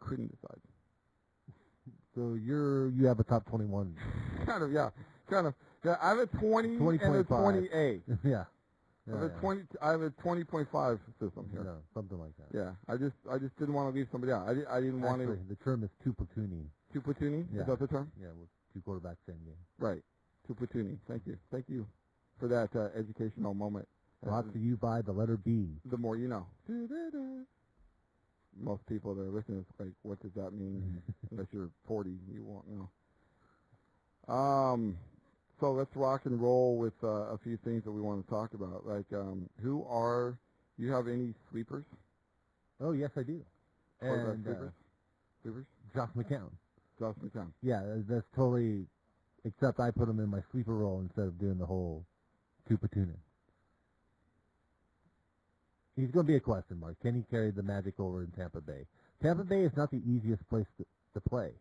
S1: Couldn't decide.
S2: So you're you have a top twenty one.
S1: kind of yeah. Kind of yeah. I have a twenty,
S2: 20,
S1: and a
S2: 25.
S1: twenty A.
S2: yeah.
S1: I have a
S2: Yeah,
S1: twenty. I have a twenty point five system
S2: yeah.
S1: here.
S2: No, something like that.
S1: Yeah, I just I just didn't want to leave somebody out. I, di- I didn't want
S2: Actually,
S1: to
S2: the term is two platooning.
S1: two platooning.
S2: Yeah.
S1: Is that the term?
S2: Yeah, with two quarterbacks same game.
S1: Right, two platooning. Thank you, thank you for that uh, educational moment. Uh,
S2: Brought to you by the letter B.
S1: the more you know. Most people that are listening is like, what does that
S2: Mm-hmm.
S1: mean? Unless you're 40, you won't know. Um, so let's rock and roll with uh, a few things that we want to talk about. Like, um, who are you have any sleepers?
S2: Oh yes, I do.
S1: Quarterback
S2: And uh,
S1: sleepers, sleepers.
S2: Josh McCown.
S1: Josh McCown.
S2: Yeah, that- that's totally. Except I put him in my sleeper role instead of doing the whole Tupa tuning. He's going to be a question mark. Can he carry the magic over in Tampa Bay? Tampa Bay is not the easiest place to, to play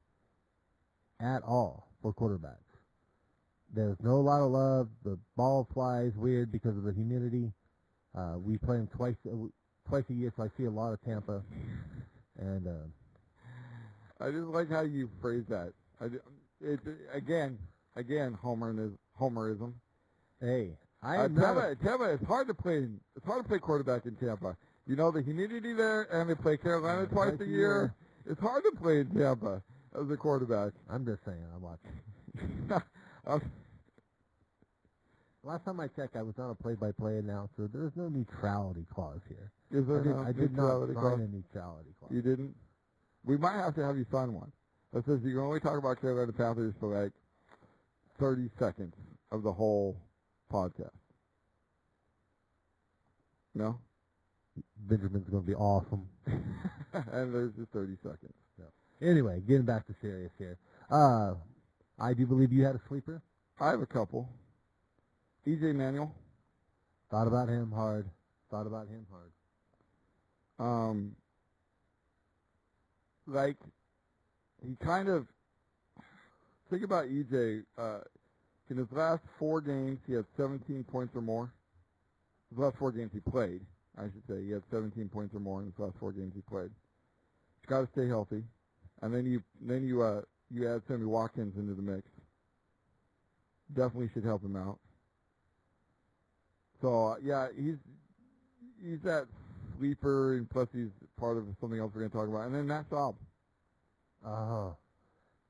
S2: at all for quarterbacks. There's no lot of love. The ball flies weird because of the humidity. Uh, we play them twice a, w- twice a year, so I see a lot of Tampa. And uh,
S1: I just like how you phrase that. I, ju- it's again, again, homerism. Homerism.
S2: hey, I
S1: Uh,
S2: am not. a-
S1: Tampa, Tampa, it's hard to play. It's hard to play quarterback in Tampa. You know the humidity there, and they play Carolina
S2: Yeah,
S1: twice a year. It's hard to play in Tampa as a quarterback.
S2: I'm just saying, I watch.
S1: Um,
S2: Last time I checked, I was not a play-by-play announcer. There's no neutrality clause here.
S1: is
S2: I
S1: there
S2: did,
S1: no
S2: I did not
S1: neutrality
S2: sign
S1: clause?
S2: a neutrality clause.
S1: You didn't? We might have to have you sign one. That says you can only talk about Carolina Panthers for like 30 seconds of the whole podcast. No?
S2: Benjamin's going to be awesome.
S1: and there's just 30 seconds.
S2: Anyway, getting back to serious here. Uh, I do believe you had a sleeper.
S1: I have a couple. EJ Manuel.
S2: Thought about him hard. Thought about him hard.
S1: Um, like, he kind of, think about EJ. Uh, in his last four games, he had 17 points or more. His last four games he played, I should say. He had 17 points or more in his last four games he played. He's got to stay healthy. And then you then you uh, you add Sammy Watkins into the mix. Definitely should help him out. So uh, yeah, he's he's that sleeper, and plus he's part of something else we're going to talk about. And then Matt Saab.
S2: Oh.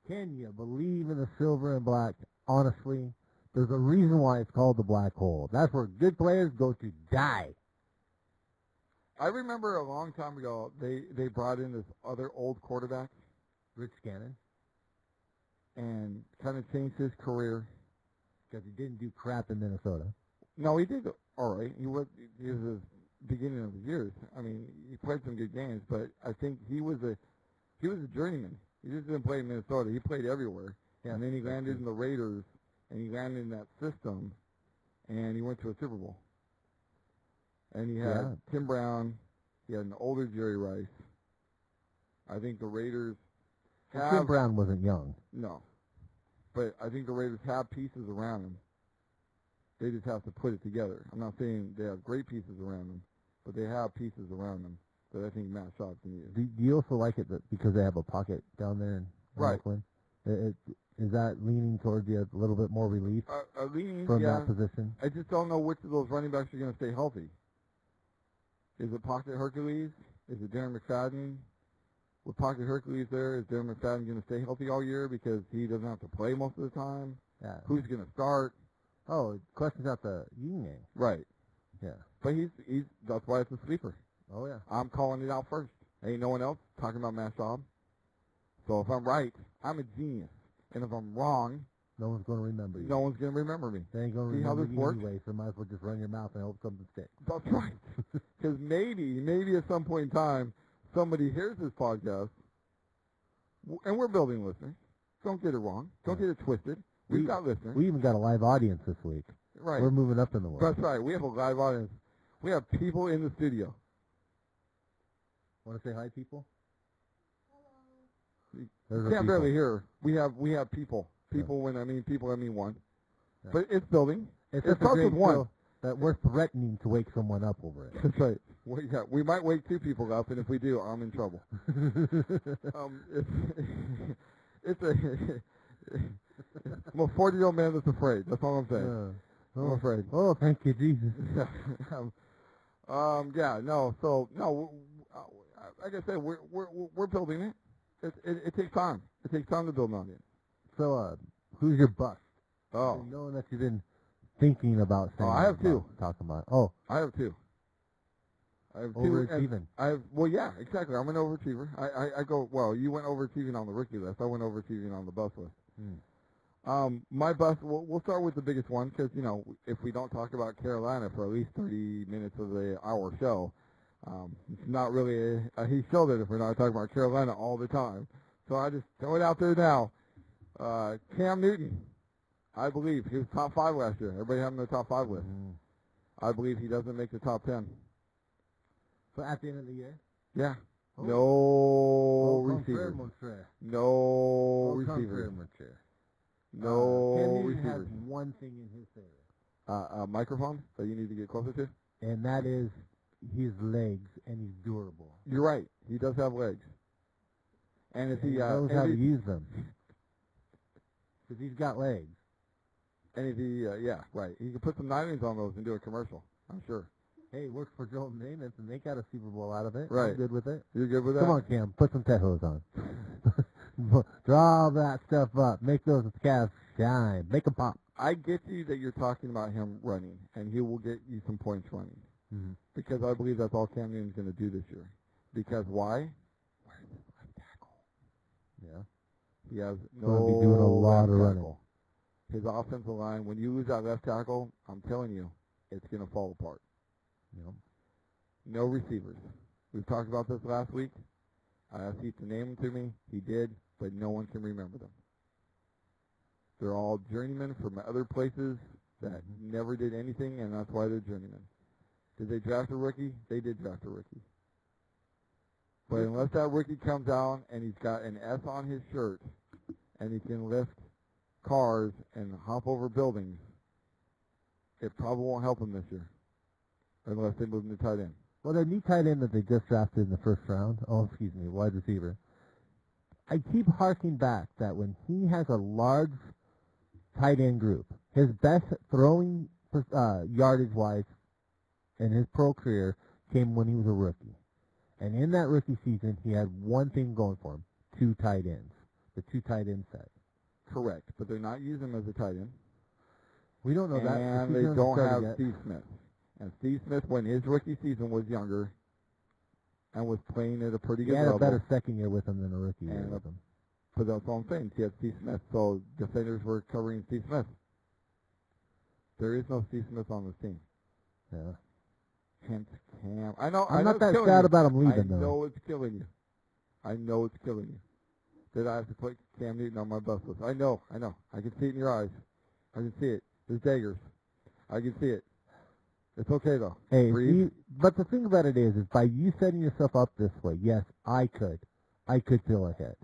S2: Can you believe in the silver and black? Honestly, there's a reason why it's called the black hole. That's where good players go to die.
S1: I remember a long time ago they they brought in this other old quarterback
S2: Rich Gannon,
S1: and kind of changed his career.
S2: because he didn't do crap in Minnesota.
S1: No, he did all right. He was he was the beginning of his years. I mean, he played some good games, but I think he was a he was a journeyman. He just didn't play in Minnesota. He played everywhere, and then he
S2: that's
S1: landed
S2: true.
S1: in the Raiders, and he landed in that system, and he went to a Super Bowl. And he had
S2: Yeah.
S1: Tim Brown. He had an older Jerry Rice. I think the Raiders
S2: And
S1: have
S2: Tim Brown wasn't young.
S1: no. But I think the Raiders have pieces around them. They just have to put it together. I'm not saying they have great pieces around them, but they have pieces around them that I think Matt Schaub can use.
S2: Do, do you also like it that because they have a pocket down there in in
S1: Right.
S2: Oakland? It, it- is that leaning towards you a little bit more relief
S1: Uh, uh, Leaning,
S2: from
S1: yeah,
S2: that position?
S1: I just don't know which of those running backs are going to stay healthy. Is it Pocket Hercules? Is it Darren McFadden? With Pocket Hercules there, is Darren McFadden going to stay healthy all year because he doesn't have to play most of the time?
S2: Yeah.
S1: Who's going to start?
S2: Oh, questions out the Union game.
S1: Right.
S2: Yeah.
S1: But he's, he's that's why it's a sleeper.
S2: Oh yeah.
S1: I'm calling it out first. Ain't no one else talking about Matt Schaub. So if I'm right, I'm a genius. And if I'm wrong,
S2: No one's going to remember you.
S1: no one's going to remember me.
S2: They ain't going to
S1: See how
S2: remember
S1: this
S2: you
S1: works?
S2: anyway, so might as well just run your mouth and hope something sticks.
S1: That's right. Because maybe, maybe at some point in time, somebody hears this podcast, w- and we're building listeners. Don't get it wrong. Don't get it twisted. We've
S2: We-
S1: got listeners.
S2: We even got a live audience this week.
S1: right.
S2: We're moving up in the world.
S1: That's right. We have a live audience. We have people in the studio.
S2: Want to say hi, people?
S1: You
S2: There's a
S1: Can't
S2: people.
S1: barely hear. her. We have we have people.
S2: Yeah.
S1: People. When I mean people, I mean one.
S2: Yeah.
S1: But it's building.
S2: It's
S1: it
S2: such a
S1: starts
S2: great
S1: with one.
S2: show that we're threatening to wake someone up over it.
S1: That's right. Well, yeah, we might wake two people up, and if we do, I'm in trouble. um, it's, it's a I'm a 40 year old man that's afraid. That's all I'm saying.
S2: Uh,
S1: I'm
S2: oh,
S1: afraid.
S2: oh, thank you, Jesus.
S1: um, um, yeah, no. So no, w- uh, like I said, we're we're we're building it. It, it. it takes time. It takes time to build an audience.
S2: So, uh, who's your bust?
S1: Oh,
S2: Knowing that you've been thinking about
S1: Oh,
S2: saying
S1: I have
S2: about-
S1: two.
S2: Talking about. Oh,
S1: I have two. I have two. and-
S2: overachieving.
S1: I have, well, yeah, exactly. I'm an overachiever. I, I, I go, well, you went overachieving on the rookie list. I went overachieving on the bus list. Um, my bus, we'll, we'll start with the biggest one because, you know, if we don't talk about Carolina for at least 30 minutes of the hour show, um, it's not really a, a he showed it if we're not talking about Carolina all the time. So I just throw it out there now. Uh, Cam Newton, I believe. He was top five last year. Everybody had him in the top five list.
S2: Mm.
S1: I believe he doesn't make the top 10.
S2: So at the end of the year.
S1: Yeah.
S2: Oh.
S1: No
S2: Oh,
S1: receivers.
S2: contraire, mon frère.
S1: No
S2: Oh,
S1: receivers.
S2: contraire, mon frère.
S1: No
S2: Uh, Cam Newton
S1: receivers.
S2: has one thing in his favor,
S1: Uh, a microphone that you need to get closer to.
S2: and that is his legs, and he's durable.
S1: You're right. He does have legs. And if
S2: and
S1: he,
S2: he
S1: uh,
S2: knows
S1: and
S2: how
S1: if
S2: to
S1: he,
S2: use them because he's got legs.
S1: and if he uh, yeah, right. He can put some ninings on those and do a commercial. I'm sure.
S2: Hey, work for Joel Namath, and they got a Super Bowl out of it.
S1: Right.
S2: I'm good with it.
S1: You good with that?
S2: Come on, Cam, put some tetos on. Draw that stuff up. Make those calves shine. Make 'em pop.
S1: I get you that you're talking about him running, and he will get you some points running.
S2: Mhm.
S1: Because I believe that's all Cam Newton's going to do this year. Because why? Where's his left tackle?
S2: Yeah.
S1: He has
S2: be
S1: no
S2: doing a lot
S1: left
S2: of running.
S1: tackle. His offensive line, when you lose that left tackle, I'm telling you, it's going to fall apart.
S2: Yep.
S1: No receivers. We've talked about this last week. I asked you to name them to me. He did, but no one can remember them. They're all journeymen from other places that never did anything, and that's why they're journeymen. Did they draft a rookie? They did draft a rookie. But unless that rookie comes out and he's got an S on his shirt and he can lift cars and hop over buildings, it probably won't help him this year unless they move him to tight end.
S2: Well, their new tight end that they just drafted in the first round. Oh, excuse me, wide receiver. I keep harking back that when he has a large tight end group, his best throwing per- uh, yardage-wise in his pro career came when he was a rookie. And in that rookie season, he had one thing going for him, two tight ends, the two tight end set.
S1: Correct, but they're not using him as a tight end.
S2: We don't know that.
S1: and
S2: the
S1: they
S2: season hasn't
S1: don't
S2: started
S1: have
S2: yet.
S1: Steve Smith. And Steve Smith, when his rookie season was younger, and was playing at a pretty
S2: He
S1: good
S2: had a
S1: level,
S2: better second year with him than a rookie year
S1: And
S2: with him.
S1: but that's what I'm saying. He had Steve Smith, so defenders were covering Steve Smith. There is no Steve Smith on this team.
S2: Yeah.
S1: Hence Cam. I know. I know
S2: I'm not
S1: it's
S2: that
S1: killing
S2: sad
S1: you.
S2: about him
S1: I
S2: leaving, though.
S1: know it's killing you. I know it's killing you. That I have to put Cam Newton on my bus list. I know, I know. I can see it in your eyes. I can see it. There's daggers. I can see it. It's okay though.
S2: Hey, if
S1: Breathe.
S2: you, but the thing about it is, is by you setting yourself up this way, yes, I could, I could feel ahead.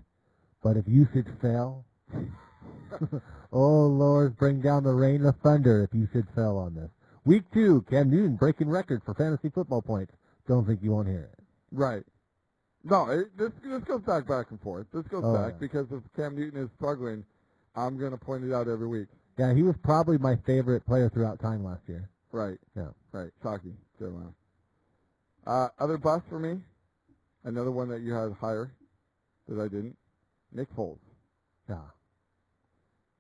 S2: But if you should fail, oh Lord, bring down the rain of thunder if you should fail on this. Week two, Cam Newton breaking record for fantasy football points. Don't think you won't hear it.
S1: Right. No, it, this this goes back back and forth. This goes
S2: Oh,
S1: back
S2: yeah.
S1: because if Cam Newton is struggling, I'm gonna point it out every week.
S2: Yeah, he was probably my favorite player throughout time last year.
S1: Right.
S2: Yeah.
S1: Right. Shocking. So, uh, uh, other bust for me, another one that you had higher that I didn't. Nick Foles.
S2: Yeah,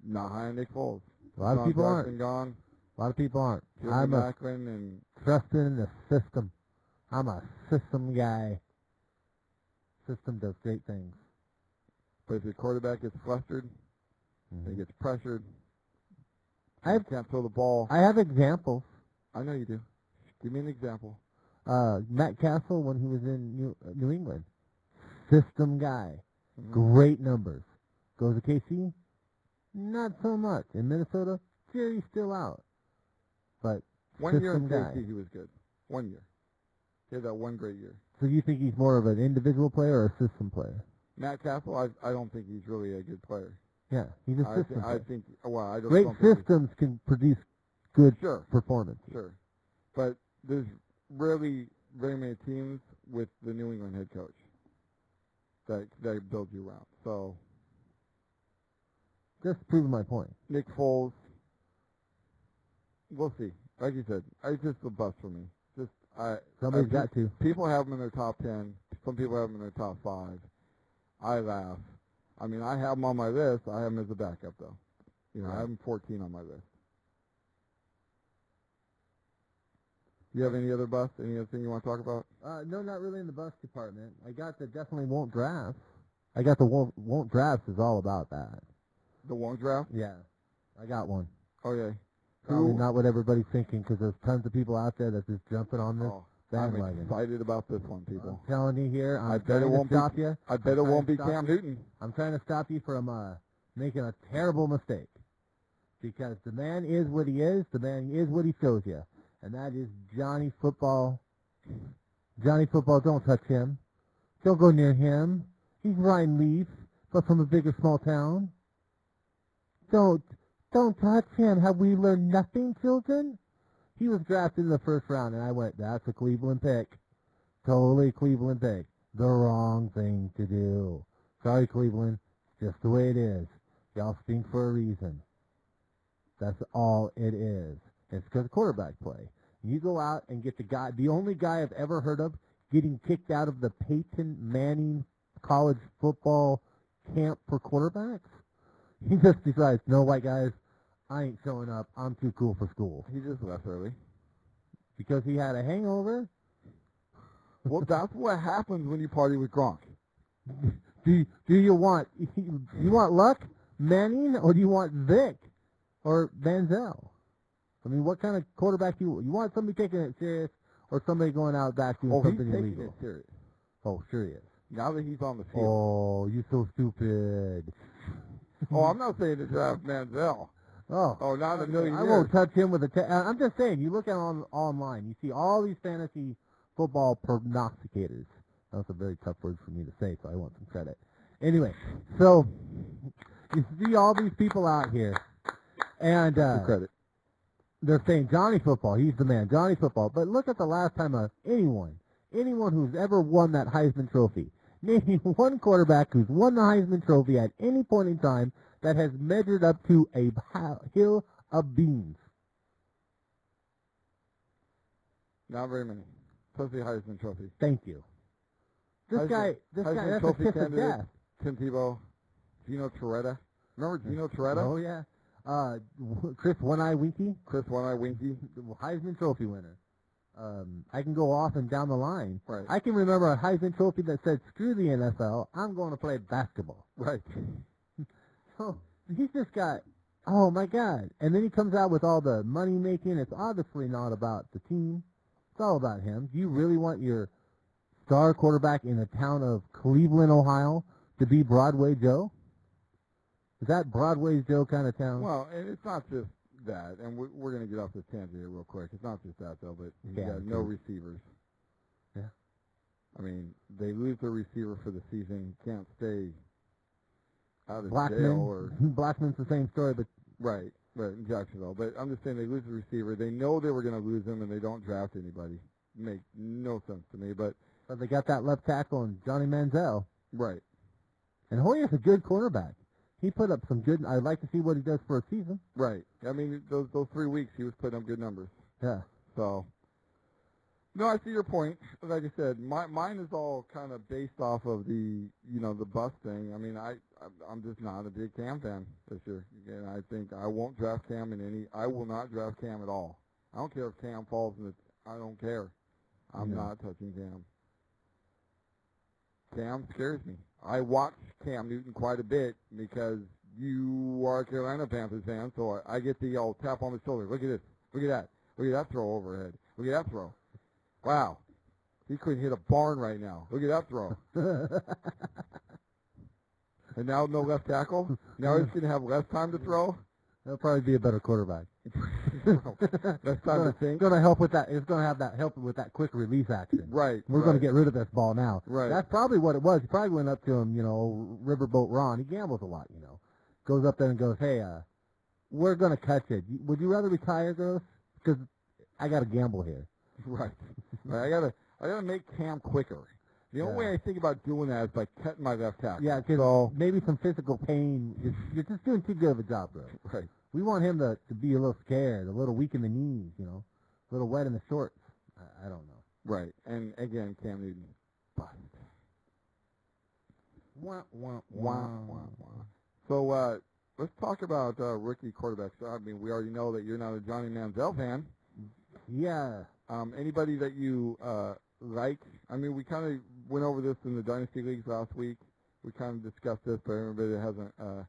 S1: Not high on Nick Foles.
S2: a lot of
S1: Deshaun
S2: people
S1: Jackson
S2: aren't.
S1: gone.
S2: A lot of people aren't.
S1: Jimmy
S2: I'm a
S1: Macklin and
S2: trusting in the system. I'm a system guy. System does great things.
S1: but if your quarterback gets flustered, he gets pressured.
S2: I have-
S1: he can't throw the ball.
S2: I have examples.
S1: I know you do. Give me an example.
S2: Uh, Matt Castle when he was in New, uh, New England, system guy,
S1: Mhm.
S2: great numbers. Goes to KC, not so much. In Minnesota, Jerry's still out, but
S1: One year in
S2: system guy.
S1: KC, he was good. One year. He had that one great year.
S2: So you think he's more of an individual player or a system player?
S1: Matt Castle, I, I don't think he's really a good player.
S2: Yeah, he's a
S1: I,
S2: system.
S1: thi- I
S2: player.
S1: think, well, I just
S2: great
S1: don't think
S2: systems can produce good
S1: he's, sure,
S2: performance.
S1: sure. But there's really very many teams with the New England head coach that, that build you around. So,
S2: Just proving my point.
S1: Nick Foles. We'll see. Like you said, it's just a bust for me. Just I.
S2: Somebody's
S1: I
S2: got to.
S1: People have them in their top ten. Some people have them in their top five. I laugh. I mean, I have them on my list. I have them as a backup though. You know, I
S2: Right.
S1: have them 14 on my list. You have any other busts? Any other thing you want to talk about?
S2: Uh, no, not really in the bus department. I got the definitely won't drafts. I got the won't, won't drafts is all about that.
S1: The one draft? Oh,
S2: Yeah, I got one.
S1: Okay.
S2: Probably
S1: Who-
S2: not what everybody's thinking because there's tons of people out there that's just jumping on this
S1: Oh, I'm
S2: bandwagon.
S1: excited about this one, people.
S2: I'm telling you here, I'm
S1: I bet it
S2: trying to
S1: won't be-
S2: stop you.
S1: I bet it
S2: I'm
S1: won't be
S2: excited.
S1: Cam Newton.
S2: I'm trying to stop you from uh, making a terrible mistake because the man is what he is. The man is what he shows you, and that is Johnny Football. Johnny Football, don't touch him. Don't go near him. He's Ryan Leaf, but from a big or small town. Don't, don't touch him. Have we learned nothing, children? He was drafted in the first round, and I went, that's a Cleveland pick. Totally Cleveland pick. The wrong thing to do. Sorry, Cleveland. Just the way it is. Y'all stink for a reason. That's all it is. It's because of quarterback play. You go out and get the guy, the only guy I've ever heard of getting kicked out of the Peyton Manning college football camp for quarterbacks. He just decides, no, white guys, I ain't showing up. I'm too cool for school.
S1: He just left early.
S2: Because he had a hangover?
S1: Well, that's what happens when you party with Gronk.
S2: Do, do you want, you want Luck, Manning, or do you want Vic or Manziel? I mean, what kind of quarterback do you, you want somebody taking it serious or somebody going out back doing
S1: Oh, he's
S2: something
S1: taking
S2: illegal?
S1: it serious.
S2: Oh, sure he is.
S1: Now that he's on the field.
S2: Oh, you're so stupid.
S1: Oh, I'm not saying to draft Manziel.
S2: Oh,
S1: Oh, not a million
S2: I
S1: years.
S2: won't touch him with a. Te- I- I'm just saying, you look at on online, you see all these fantasy football prognosticators. That's a very tough word for me to say, so I want some credit. Anyway, so you see all these people out here, and uh,
S1: Good credit.
S2: they're saying Johnny Football, he's the man, Johnny Football. But look at the last time of anyone, anyone who's ever won that Heisman Trophy. Name one quarterback who's won the Heisman Trophy at any point in time that has measured up to a ho- hill of beans.
S1: Not very many. Plus the Heisman Trophy.
S2: Thank you. This
S1: Heisman-
S2: guy, this guy,
S1: Heisman
S2: that's
S1: Trophy
S2: a kiss of
S1: candidate,
S2: death.
S1: Tim Tebow, Gino Toretta. Remember Gino Toretta?
S2: Oh yeah, uh, Chris One Eye Winky,
S1: Chris One Eye Winky.
S2: Heisman Trophy winner. Um, I can go off and down the line.
S1: Right.
S2: I can remember a Heisman Trophy that said, "Screw the NFL, I'm going to play basketball."
S1: right.
S2: So he's just got, oh my God! And then he comes out with all the money making. It's obviously not about the team. It's all about him. Do you really want your star quarterback in the town of Cleveland, Ohio, to be Broadway Joe? Is that Broadway Joe kind of town?
S1: Well, and it's not just that. And we, we're going to get off this tangent here real quick. It's not just that, though, but you
S2: Yeah,
S1: got no receivers.
S2: Yeah.
S1: I mean, they lose their receiver for the season, can't stay out of
S2: Blackman.
S1: jail or
S2: Blackman's the same story, but
S1: Right, right, in Jacksonville. But I'm just saying they lose the receiver. They know they were going to lose him, and they don't draft anybody. Make no sense to me, but
S2: but they got that left tackle and Johnny Manziel.
S1: right.
S2: And Hoyer's a good quarterback. He put up some good. I'd like to see what he does for a season.
S1: Right. I mean, those those three weeks he was putting up good numbers.
S2: Yeah.
S1: So, no, I see your point. Like I said, my mine is all kind of based off of the you know the bus thing. I mean, I I'm- I'm just not a big Cam fan this year, and I think I won't draft Cam in any. I will not draft Cam at all. I don't care if Cam falls in the. I don't care. I'm
S2: Yeah.
S1: not touching Cam. Cam scares me. I watch Cam Newton quite a bit because you are a Carolina Panthers fan, so I, I get the old tap on the shoulder. Look at this. Look at that. Look at that throw overhead. Look at that throw. Wow. He couldn't hit a barn right now. Look at that throw. And now no left tackle. Now he's going to have less time to throw.
S2: He'll probably be a better quarterback.
S1: Less time to
S2: It's
S1: think.
S2: gonna help with that. It's gonna have that help with that quick release action.
S1: Right.
S2: We're
S1: right,
S2: gonna get rid of this ball now.
S1: Right.
S2: That's probably what it was. He probably went up to him, you know, Riverboat Ron. He gambles a lot, you know. Goes up there and goes, "Hey, uh, we're gonna catch it. You- Would you rather retire, Gross? Because I got to gamble here."
S1: Right. right. I gotta I gotta make Cam quicker. The only
S2: Yeah.
S1: way I think about doing that is by cutting my left tackle.
S2: Yeah, 'cause maybe some physical pain. You're, you're just doing too good of a job, bro.
S1: Right.
S2: We want him to, to be a little scared, a little weak in the knees, you know, a little wet in the shorts. I, I don't know.
S1: Right. And again, Cam Newton. Bust.
S2: Wah, wah,
S1: Wah, wah, wah. So uh, let's talk about uh, rookie quarterbacks. I mean, we already know that you're not a Johnny Manziel fan.
S2: Yeah.
S1: Um, anybody that you uh, like? I mean, we kind of went over this in the dynasty leagues last week. We kind of discussed this, but everybody that hasn't uh,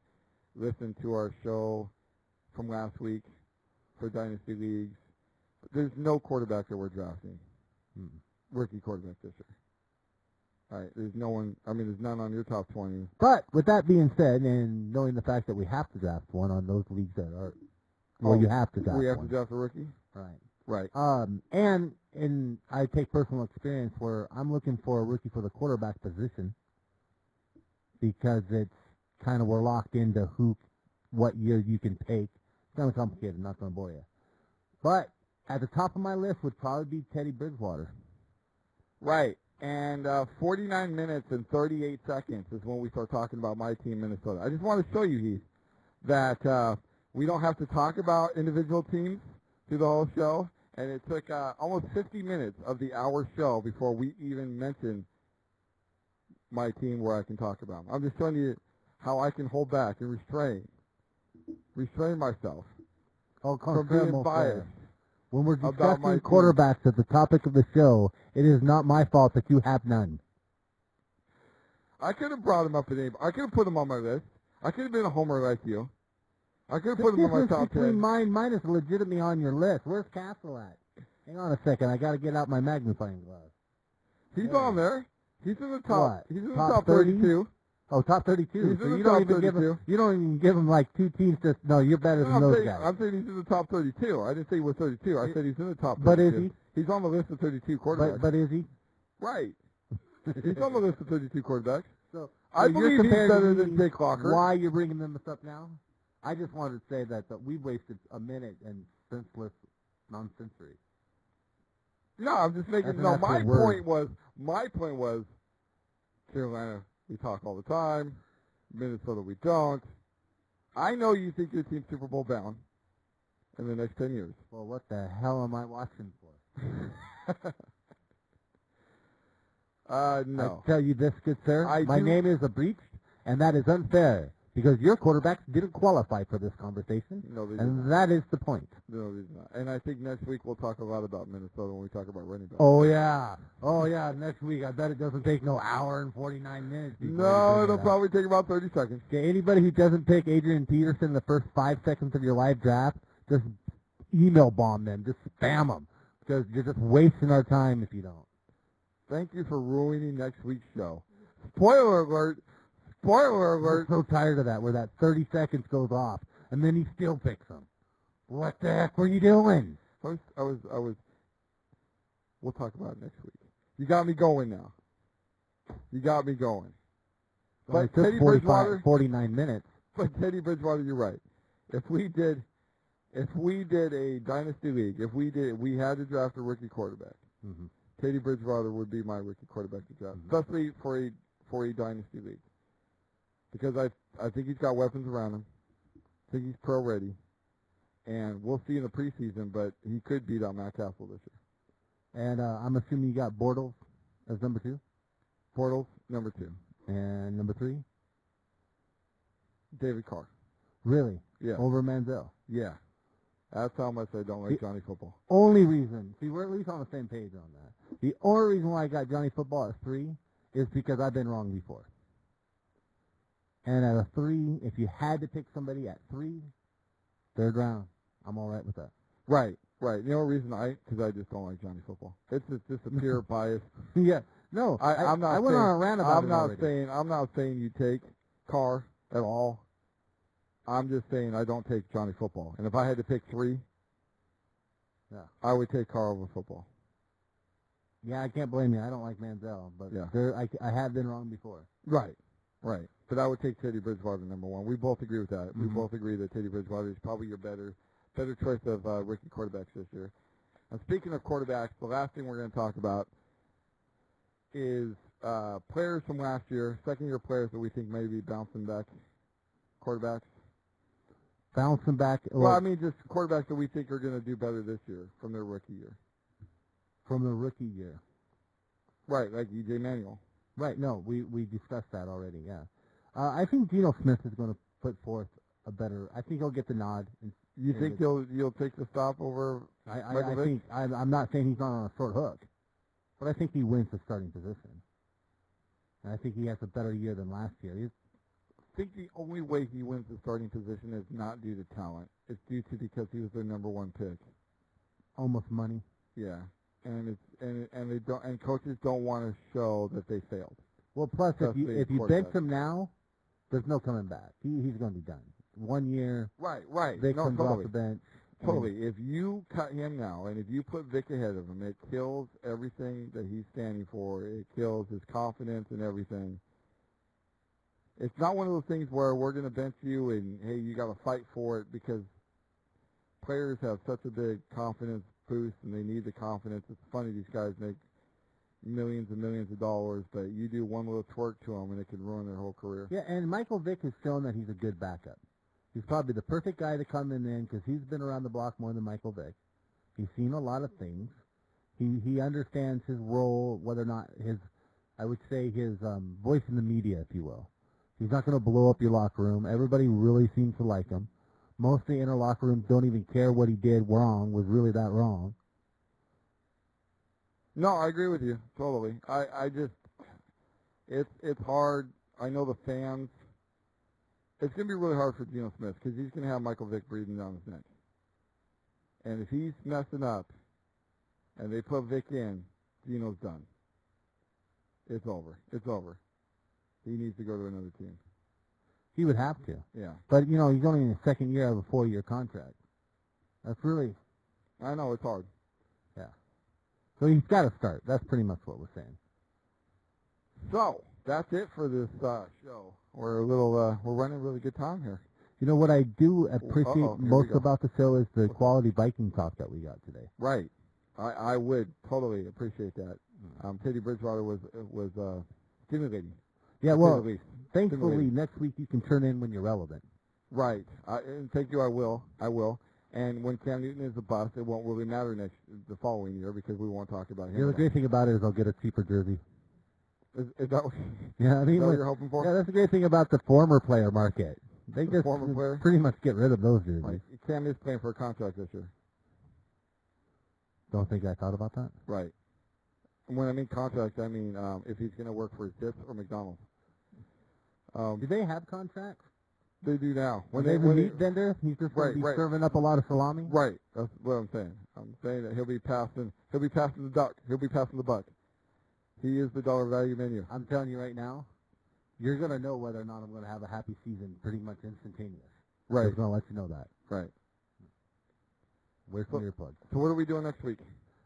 S1: listened to our show from last week for dynasty leagues, there's no quarterback that we're drafting,
S2: Mm.
S1: rookie quarterback this year. All right, there's no one. I mean, there's none on your top 20.
S2: But with that being said, and knowing the fact that we have to draft one on those leagues that are, well,
S1: Oh,
S2: you have to draft
S1: we have
S2: one,
S1: to draft a rookie,
S2: right?
S1: right?
S2: Um, and and I take personal experience where I'm looking for a rookie for the quarterback position because it's kind of we're locked into who what year you can take. It's kind of complicated. I'm not going to bore you. But at the top of my list would probably be Teddy Bridgewater.
S1: Right. And uh, 49 minutes and 38 seconds is when we start talking about my team, Minnesota. I just want to show you, Heath, that uh, we don't have to talk about individual teams through the whole show. And it took uh, almost 50 minutes of the hour show before we even mentioned my team where I can talk about 'em. I'm just showing you how I can hold back and restrain, restrain myself
S2: Oh,
S1: from being biased.
S2: When we're
S1: About
S2: discussing
S1: my team.
S2: quarterbacks at the topic of the show, it is not my fault that you have none.
S1: I could have brought him up at any. I could have put him on my list. I could have been a homer like you. I could have put him
S2: the
S1: on my
S2: difference
S1: top
S2: between
S1: ten.
S2: mine, mine is legitimately on your list. Where's Castle at? Hang on a second. I got to get out my magnifying glass.
S1: He's
S2: Yeah.
S1: on there. He's in the top.
S2: What?
S1: He's in the
S2: Top
S1: top
S2: 30?
S1: thirty-two.
S2: Oh, top 32.
S1: He's
S2: so
S1: in the
S2: you
S1: top
S2: don't even give
S1: 32.
S2: him, you don't even give him like two teams to No, you're better
S1: No,
S2: than
S1: I'm,
S2: those
S1: saying,
S2: guys.
S1: I'm saying he's in the top thirty-two. I didn't say he was thirty-two. I said he's in the top. 32.
S2: But is
S1: He's on the list of thirty-two quarterbacks.
S2: but but is he?
S1: right. He's on the list of thirty-two quarterbacks.
S2: So-
S1: I
S2: so you're
S1: believe he's
S2: comparing
S1: better
S2: me
S1: than Jake Locker.
S2: Why you're bringing them this up now? I just wanted to say that, that we wasted a minute and senseless nonsensory.
S1: No, I'm just
S2: I
S1: making.
S2: think
S1: No,
S2: that's the
S1: my
S2: word.
S1: point was. My point was. Carolina, we talk all the time. Minnesota, we don't. I know you think your team's Super Bowl bound in the next ten years.
S2: Well, what the hell am I watching for?
S1: Uh,
S2: I
S1: no.
S2: tell you this, good sir.
S1: I
S2: my
S1: do-
S2: name is a breach, and that is unfair because your quarterbacks didn't qualify for this conversation,
S1: No, they did not.
S2: and that is the point.
S1: No, they did not. And I think next week we'll talk a lot about Minnesota when we talk about running backs.
S2: Oh yeah, oh yeah. Next week, I bet it doesn't take no hour and forty nine minutes. before
S1: no,
S2: you bring
S1: it'll
S2: it up.
S1: probably take about thirty seconds.
S2: Okay, anybody who doesn't pick Adrian Peterson in the first five seconds of your live draft, just email bomb them, just spam them, because you're just wasting our time if you don't.
S1: Thank you for ruining next week's show. Spoiler alert! Spoiler
S2: We're
S1: alert!
S2: so tired of that, where that 30 seconds goes off, and then he still picks them. What the heck were you doing?
S1: I was, I was, I was. We'll talk about it next week. You got me going now. You got me going.
S2: Well, it
S1: But
S2: took
S1: Teddy
S2: 45
S1: Bridgewater,
S2: 49 minutes.
S1: but Teddy Bridgewater, you're right. If we did, if we did a dynasty league, if we did, we had to draft a rookie quarterback.
S2: Mhm.
S1: Teddy Bridgewater would be my rookie quarterback to draft,
S2: Mhm.
S1: especially for a for a dynasty league, because I I think he's got weapons around him. I think he's pro ready, and we'll see in the preseason. But he could beat out Matt Castle this year.
S2: And uh, I'm assuming you got Bortles as number two,
S1: Portals number two,
S2: and number three,
S1: David Carr.
S2: really,
S1: Yeah,
S2: over Manziel.
S1: yeah. That's how much I don't like
S2: He-
S1: Johnny football.
S2: Only reason, see, we're at least on the same page on that. The only reason why I got Johnny Football at three is because I've been wrong before. And at a three, if you had to pick somebody at three, third round, I'm all right with that.
S1: Right, right. You know what reason I? Because I just don't like Johnny football. It's just, just a pure bias.
S2: yeah, no,
S1: I, I'm not.
S2: I went
S1: saying,
S2: on a rant about
S1: I'm
S2: it
S1: not
S2: already.
S1: saying. I'm not saying you take Carr at all. I'm just saying I don't take Johnny football. And if I had to pick three,
S2: Yeah.
S1: I would take Carr over football.
S2: Yeah, I can't blame you. I don't like Manziel, but
S1: Yeah.
S2: there, I, I have been wrong before.
S1: Right, right. But I would take Teddy Bridgewater number one. We both agree with that. We
S2: Mhm.
S1: both agree that Teddy Bridgewater is probably your better better choice of uh, rookie quarterbacks this year. And speaking of quarterbacks, the last thing we're going to talk about is uh, players from last year, second year players that we think may be bouncing back quarterbacks.
S2: Bouncing back
S1: Well, I
S2: like,
S1: mean just quarterbacks that we think are going to do better this year from their rookie year.
S2: from the rookie year.
S1: Right, like EJ Manuel.
S2: Right. No, we we discussed that already. Yeah. Uh, I think Geno Smith is going to put forth a better. I think he'll get the nod. And
S1: You
S2: Yeah,
S1: think
S2: but-
S1: you'll you'll take the stop over?
S2: I, I,
S1: Michael
S2: I
S1: Vick?
S2: think I, I'm not saying he's not on a short hook, but I think he wins the starting position. And I think he has a better year than last year. He's,
S1: I think the only way he wins the starting position is not due to talent. It's due to because he was their number one pick.
S2: almost money.
S1: Yeah, and it's and and they don't and coaches don't want to show that they failed.
S2: Well, plus if
S1: That's
S2: you
S1: the
S2: if you
S1: quarterback.
S2: bench him now, there's no coming back. He he's going to be done. One year,
S1: Right, right.
S2: Vic
S1: no,
S2: comes off
S1: totally,
S2: the bench. and-
S1: totally. If you cut him now, and if you put Vic ahead of him, it kills everything that he's standing for. It kills his confidence and everything. it's not one of those things where we're going to bench you and hey, you got to fight for it because players have such a big confidence boost and they need the confidence. It's funny these guys make millions and millions of dollars, but you do one little twerk to them and it can ruin their whole career.
S2: Yeah, and Michael Vick has shown that he's a good backup. He's probably the perfect guy to come in then because he's been around the block more than Michael Vick. He's seen a lot of things. He he understands his role, whether or not his, I would say his um, voice in the media, if you will. He's not going to blow up your locker room. Everybody really seems to like him. Most of the inner locker rooms don't even care what he did wrong was really that wrong.
S1: No, I agree with you totally. I I just it's it's hard. I know the fans. It's gonna be really hard for Geno Smith because he's gonna have Michael Vick breathing down his neck. And if he's messing up, and they put Vick in, Geno's done. It's over. It's over. He needs to go to another team.
S2: He would have to,
S1: Yeah,
S2: but you know he's only in his second year of a four-year contract. That's really
S1: I know it's hard.
S2: so he's got to start. That's pretty much what we're saying.
S1: So that's it for this uh, show. We're a little uh, we're running a really good time here.
S2: You know what I do appreciate
S1: Uh-oh, here we
S2: most
S1: go.
S2: about the show is the quality Viking talk that we got today.
S1: Right. I, I would totally appreciate that.
S2: Mm.
S1: Um, Teddy Bridgewater was was uh, stimulating.
S2: Yeah,
S1: to say
S2: well,
S1: the least.
S2: thankfully
S1: stimulating.
S2: next week you can turn in when you're relevant.
S1: right. I, and thank you. I will. I will. And when Cam Newton is a bust, it won't really matter next the following year because we won't talk about him.
S2: You know, the
S1: at
S2: great thing about it is I'll get a cheaper jersey.
S1: all. Is, is that, what-
S2: Yeah, I
S1: is
S2: mean,
S1: that what
S2: when-
S1: you're hoping for?
S2: yeah, that's the great thing about the former player market. They
S1: The
S2: just
S1: former player?
S2: pretty much get rid of those jerseys.
S1: Like, Cam is playing for a contract this year.
S2: Don't think I thought about that.
S1: Right. And when I mean contract, I mean um, if he's going to work for Dips or McDonald's.
S2: Do
S1: Um,
S2: they have contracts?
S1: they do now.
S2: When they have a
S1: when
S2: meat vendor, he's just going
S1: Right,
S2: to be
S1: right.
S2: serving up a lot of salami.
S1: Right. That's what I'm saying. I'm saying that he'll be passing. He'll be passing the duck. He'll be passing the buck. He is the dollar value menu.
S2: I'm telling you right now, you're gonna know whether or not I'm gonna have a happy season pretty much instantaneous.
S1: Right.
S2: Just gonna let you know that.
S1: Right.
S2: Where's my earplug?
S1: So what are we doing next week?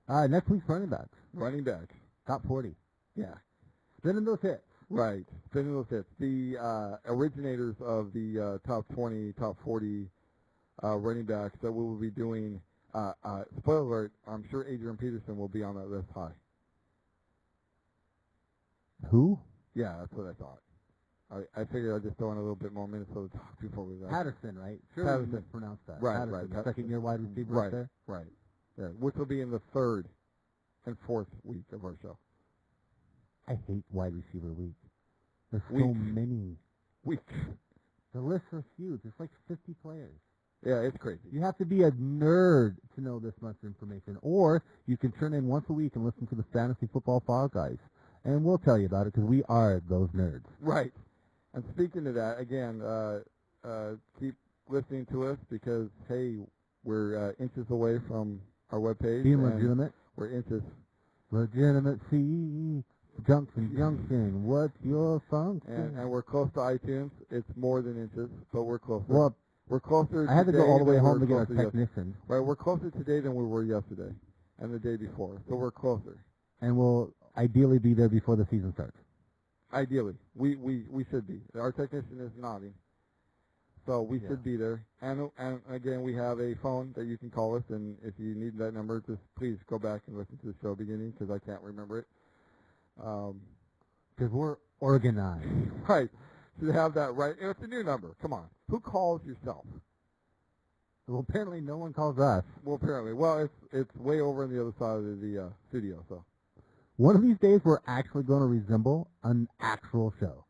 S2: Uh, next week's running backs,
S1: Running back.
S2: top 40.
S1: Yeah.
S2: Then in those hits.
S1: Right. Spinning those hits. The uh, originators of the uh, top 20, top 40 uh, running backs that we will be doing. Uh, uh, spoiler alert, I'm sure Adrian Peterson will be on that list high.
S2: Who?
S1: Yeah, that's what I thought. I, I figured I'd just throw in a little bit more Minnesota talk before we left.
S2: Patterson, right? Sure,
S1: Patterson.
S2: you mispronounced that.
S1: Right,
S2: Patterson,
S1: right,
S2: the
S1: Pat-
S2: Second year wide receiver
S1: Right.
S2: up there.
S1: Right. Yeah, which will be in the third and fourth week of our show.
S2: I hate wide receiver week. There's so
S1: Weeks.
S2: many.
S1: Week.
S2: The lists are huge. It's like 50 players.
S1: Yeah, it's crazy.
S2: You have to be a nerd to know this much information, or you can turn in once a week and listen to the Fantasy Football Fall Guys, and we'll tell you about it because we are those nerds.
S1: Right. And speaking of that, again, uh, uh, keep listening to us because, hey, we're uh, inches away from our webpage.
S2: Being
S1: and
S2: legitimate,
S1: We're inches.
S2: legitimacy, E. junction, junction. What's your function?
S1: And, and we're close to iTunes. It's more than inches, but we're closer.
S2: well,
S1: we're closer
S2: I had to go
S1: today
S2: all the way
S1: than we
S2: home
S1: were
S2: to get our
S1: closer yes-
S2: technician.
S1: Right, we're closer today than we were yesterday and the day before. So we're closer.
S2: and will ideally be there before the season starts.
S1: Ideally, we, we, we should be. Our technician is nodding, so we
S2: Yeah.
S1: should be there. And and again, we have a phone that you can call us, and if you need that number, just please go back and listen to the show beginning because I can't remember it. Um,
S2: Because we're organized.
S1: right, to have that right. and It's a new number. Come on, who calls yourself?
S2: Well, apparently no one calls us.
S1: Well, apparently, well, it's it's way over on the other side of the uh, studio. So
S2: One of these days, we're actually going to resemble an actual show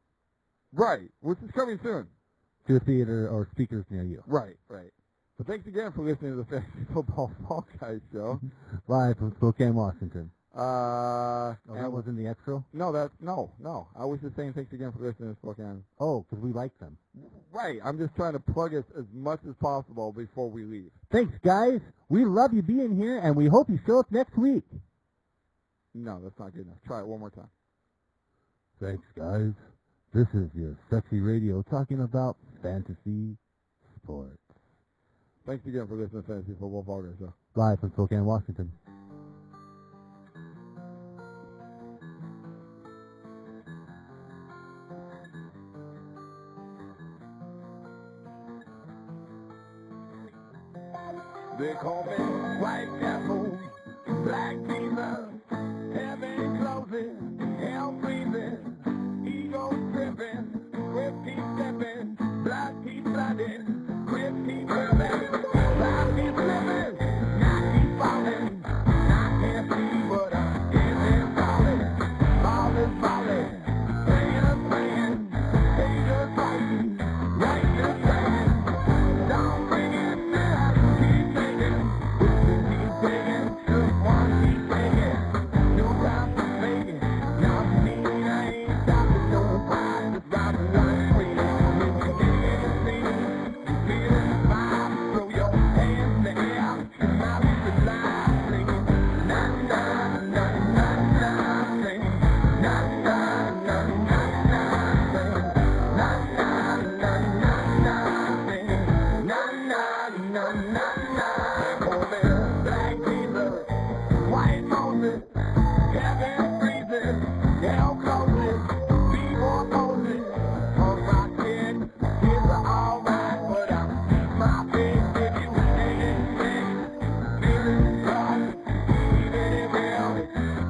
S1: right, which is coming soon.
S2: to a theater or speakers near you,
S1: Right, right. So thanks again for listening to the Fantasy Football Fall Guys show.
S2: live from Spokane, Washington.
S1: Uh,
S2: Oh,
S1: and
S2: that was in the extra.
S1: No, that's no, no. I was just saying thanks again for listening to Spokane.
S2: Oh, because we like them.
S1: Right. I'm just trying to plug us as much as possible before we leave.
S2: Thanks, guys. We love you being here, and we hope you show up next week.
S1: No, that's not good enough. Try it one more time.
S2: Thanks, guys. This is your sexy radio talking about fantasy sports.
S1: Thanks again for listening to Fantasy Football Fall Guys show.
S2: Live from Spokane, Washington.
S1: They call me White Castle, Black Jesus, Heaven closing, Hell freezing, Ego tripping, Grip keep stepping, Black keep flooding, Grip keep tripping, Black keep living, Not keep falling, I can't see what I'm getting falling, Falling, falling, Players playing, Haters fighting, Righteous saying, Don't bring it down, keep taking, keep taking, Good one, keep taking, New round for making, Y'all see I ain't stopping, don't find the driving line free. If you can't see, you feel the vibe, throw your hands in the air, and I'll be alive, singing, na na na na na, singing, na na na na na, singing, na na na na na, singing, na na na na na. Oh, there, black Jesus, white Moses, heaven freezing, hell closes, people opposing, I'm rocking, kids are alright, but I'm my big baby, hating things, feeling lost, keeping it real,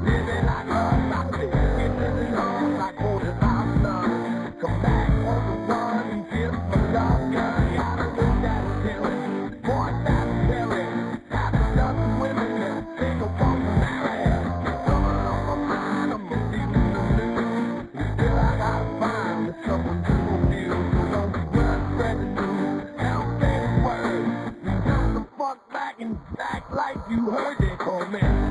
S1: living like a sausage, getting long like old as I'm loved. Come back on the run, and feel the love, girl, y'all know that feeling, more that feeling, half a dozen women that think I want to marry. Someone on my mind, I'm a feeling the blues. Still I gotta find me someone to abuse. So don't be run, spread the news, help say the word. You got the fuck back and act like you heard they call me.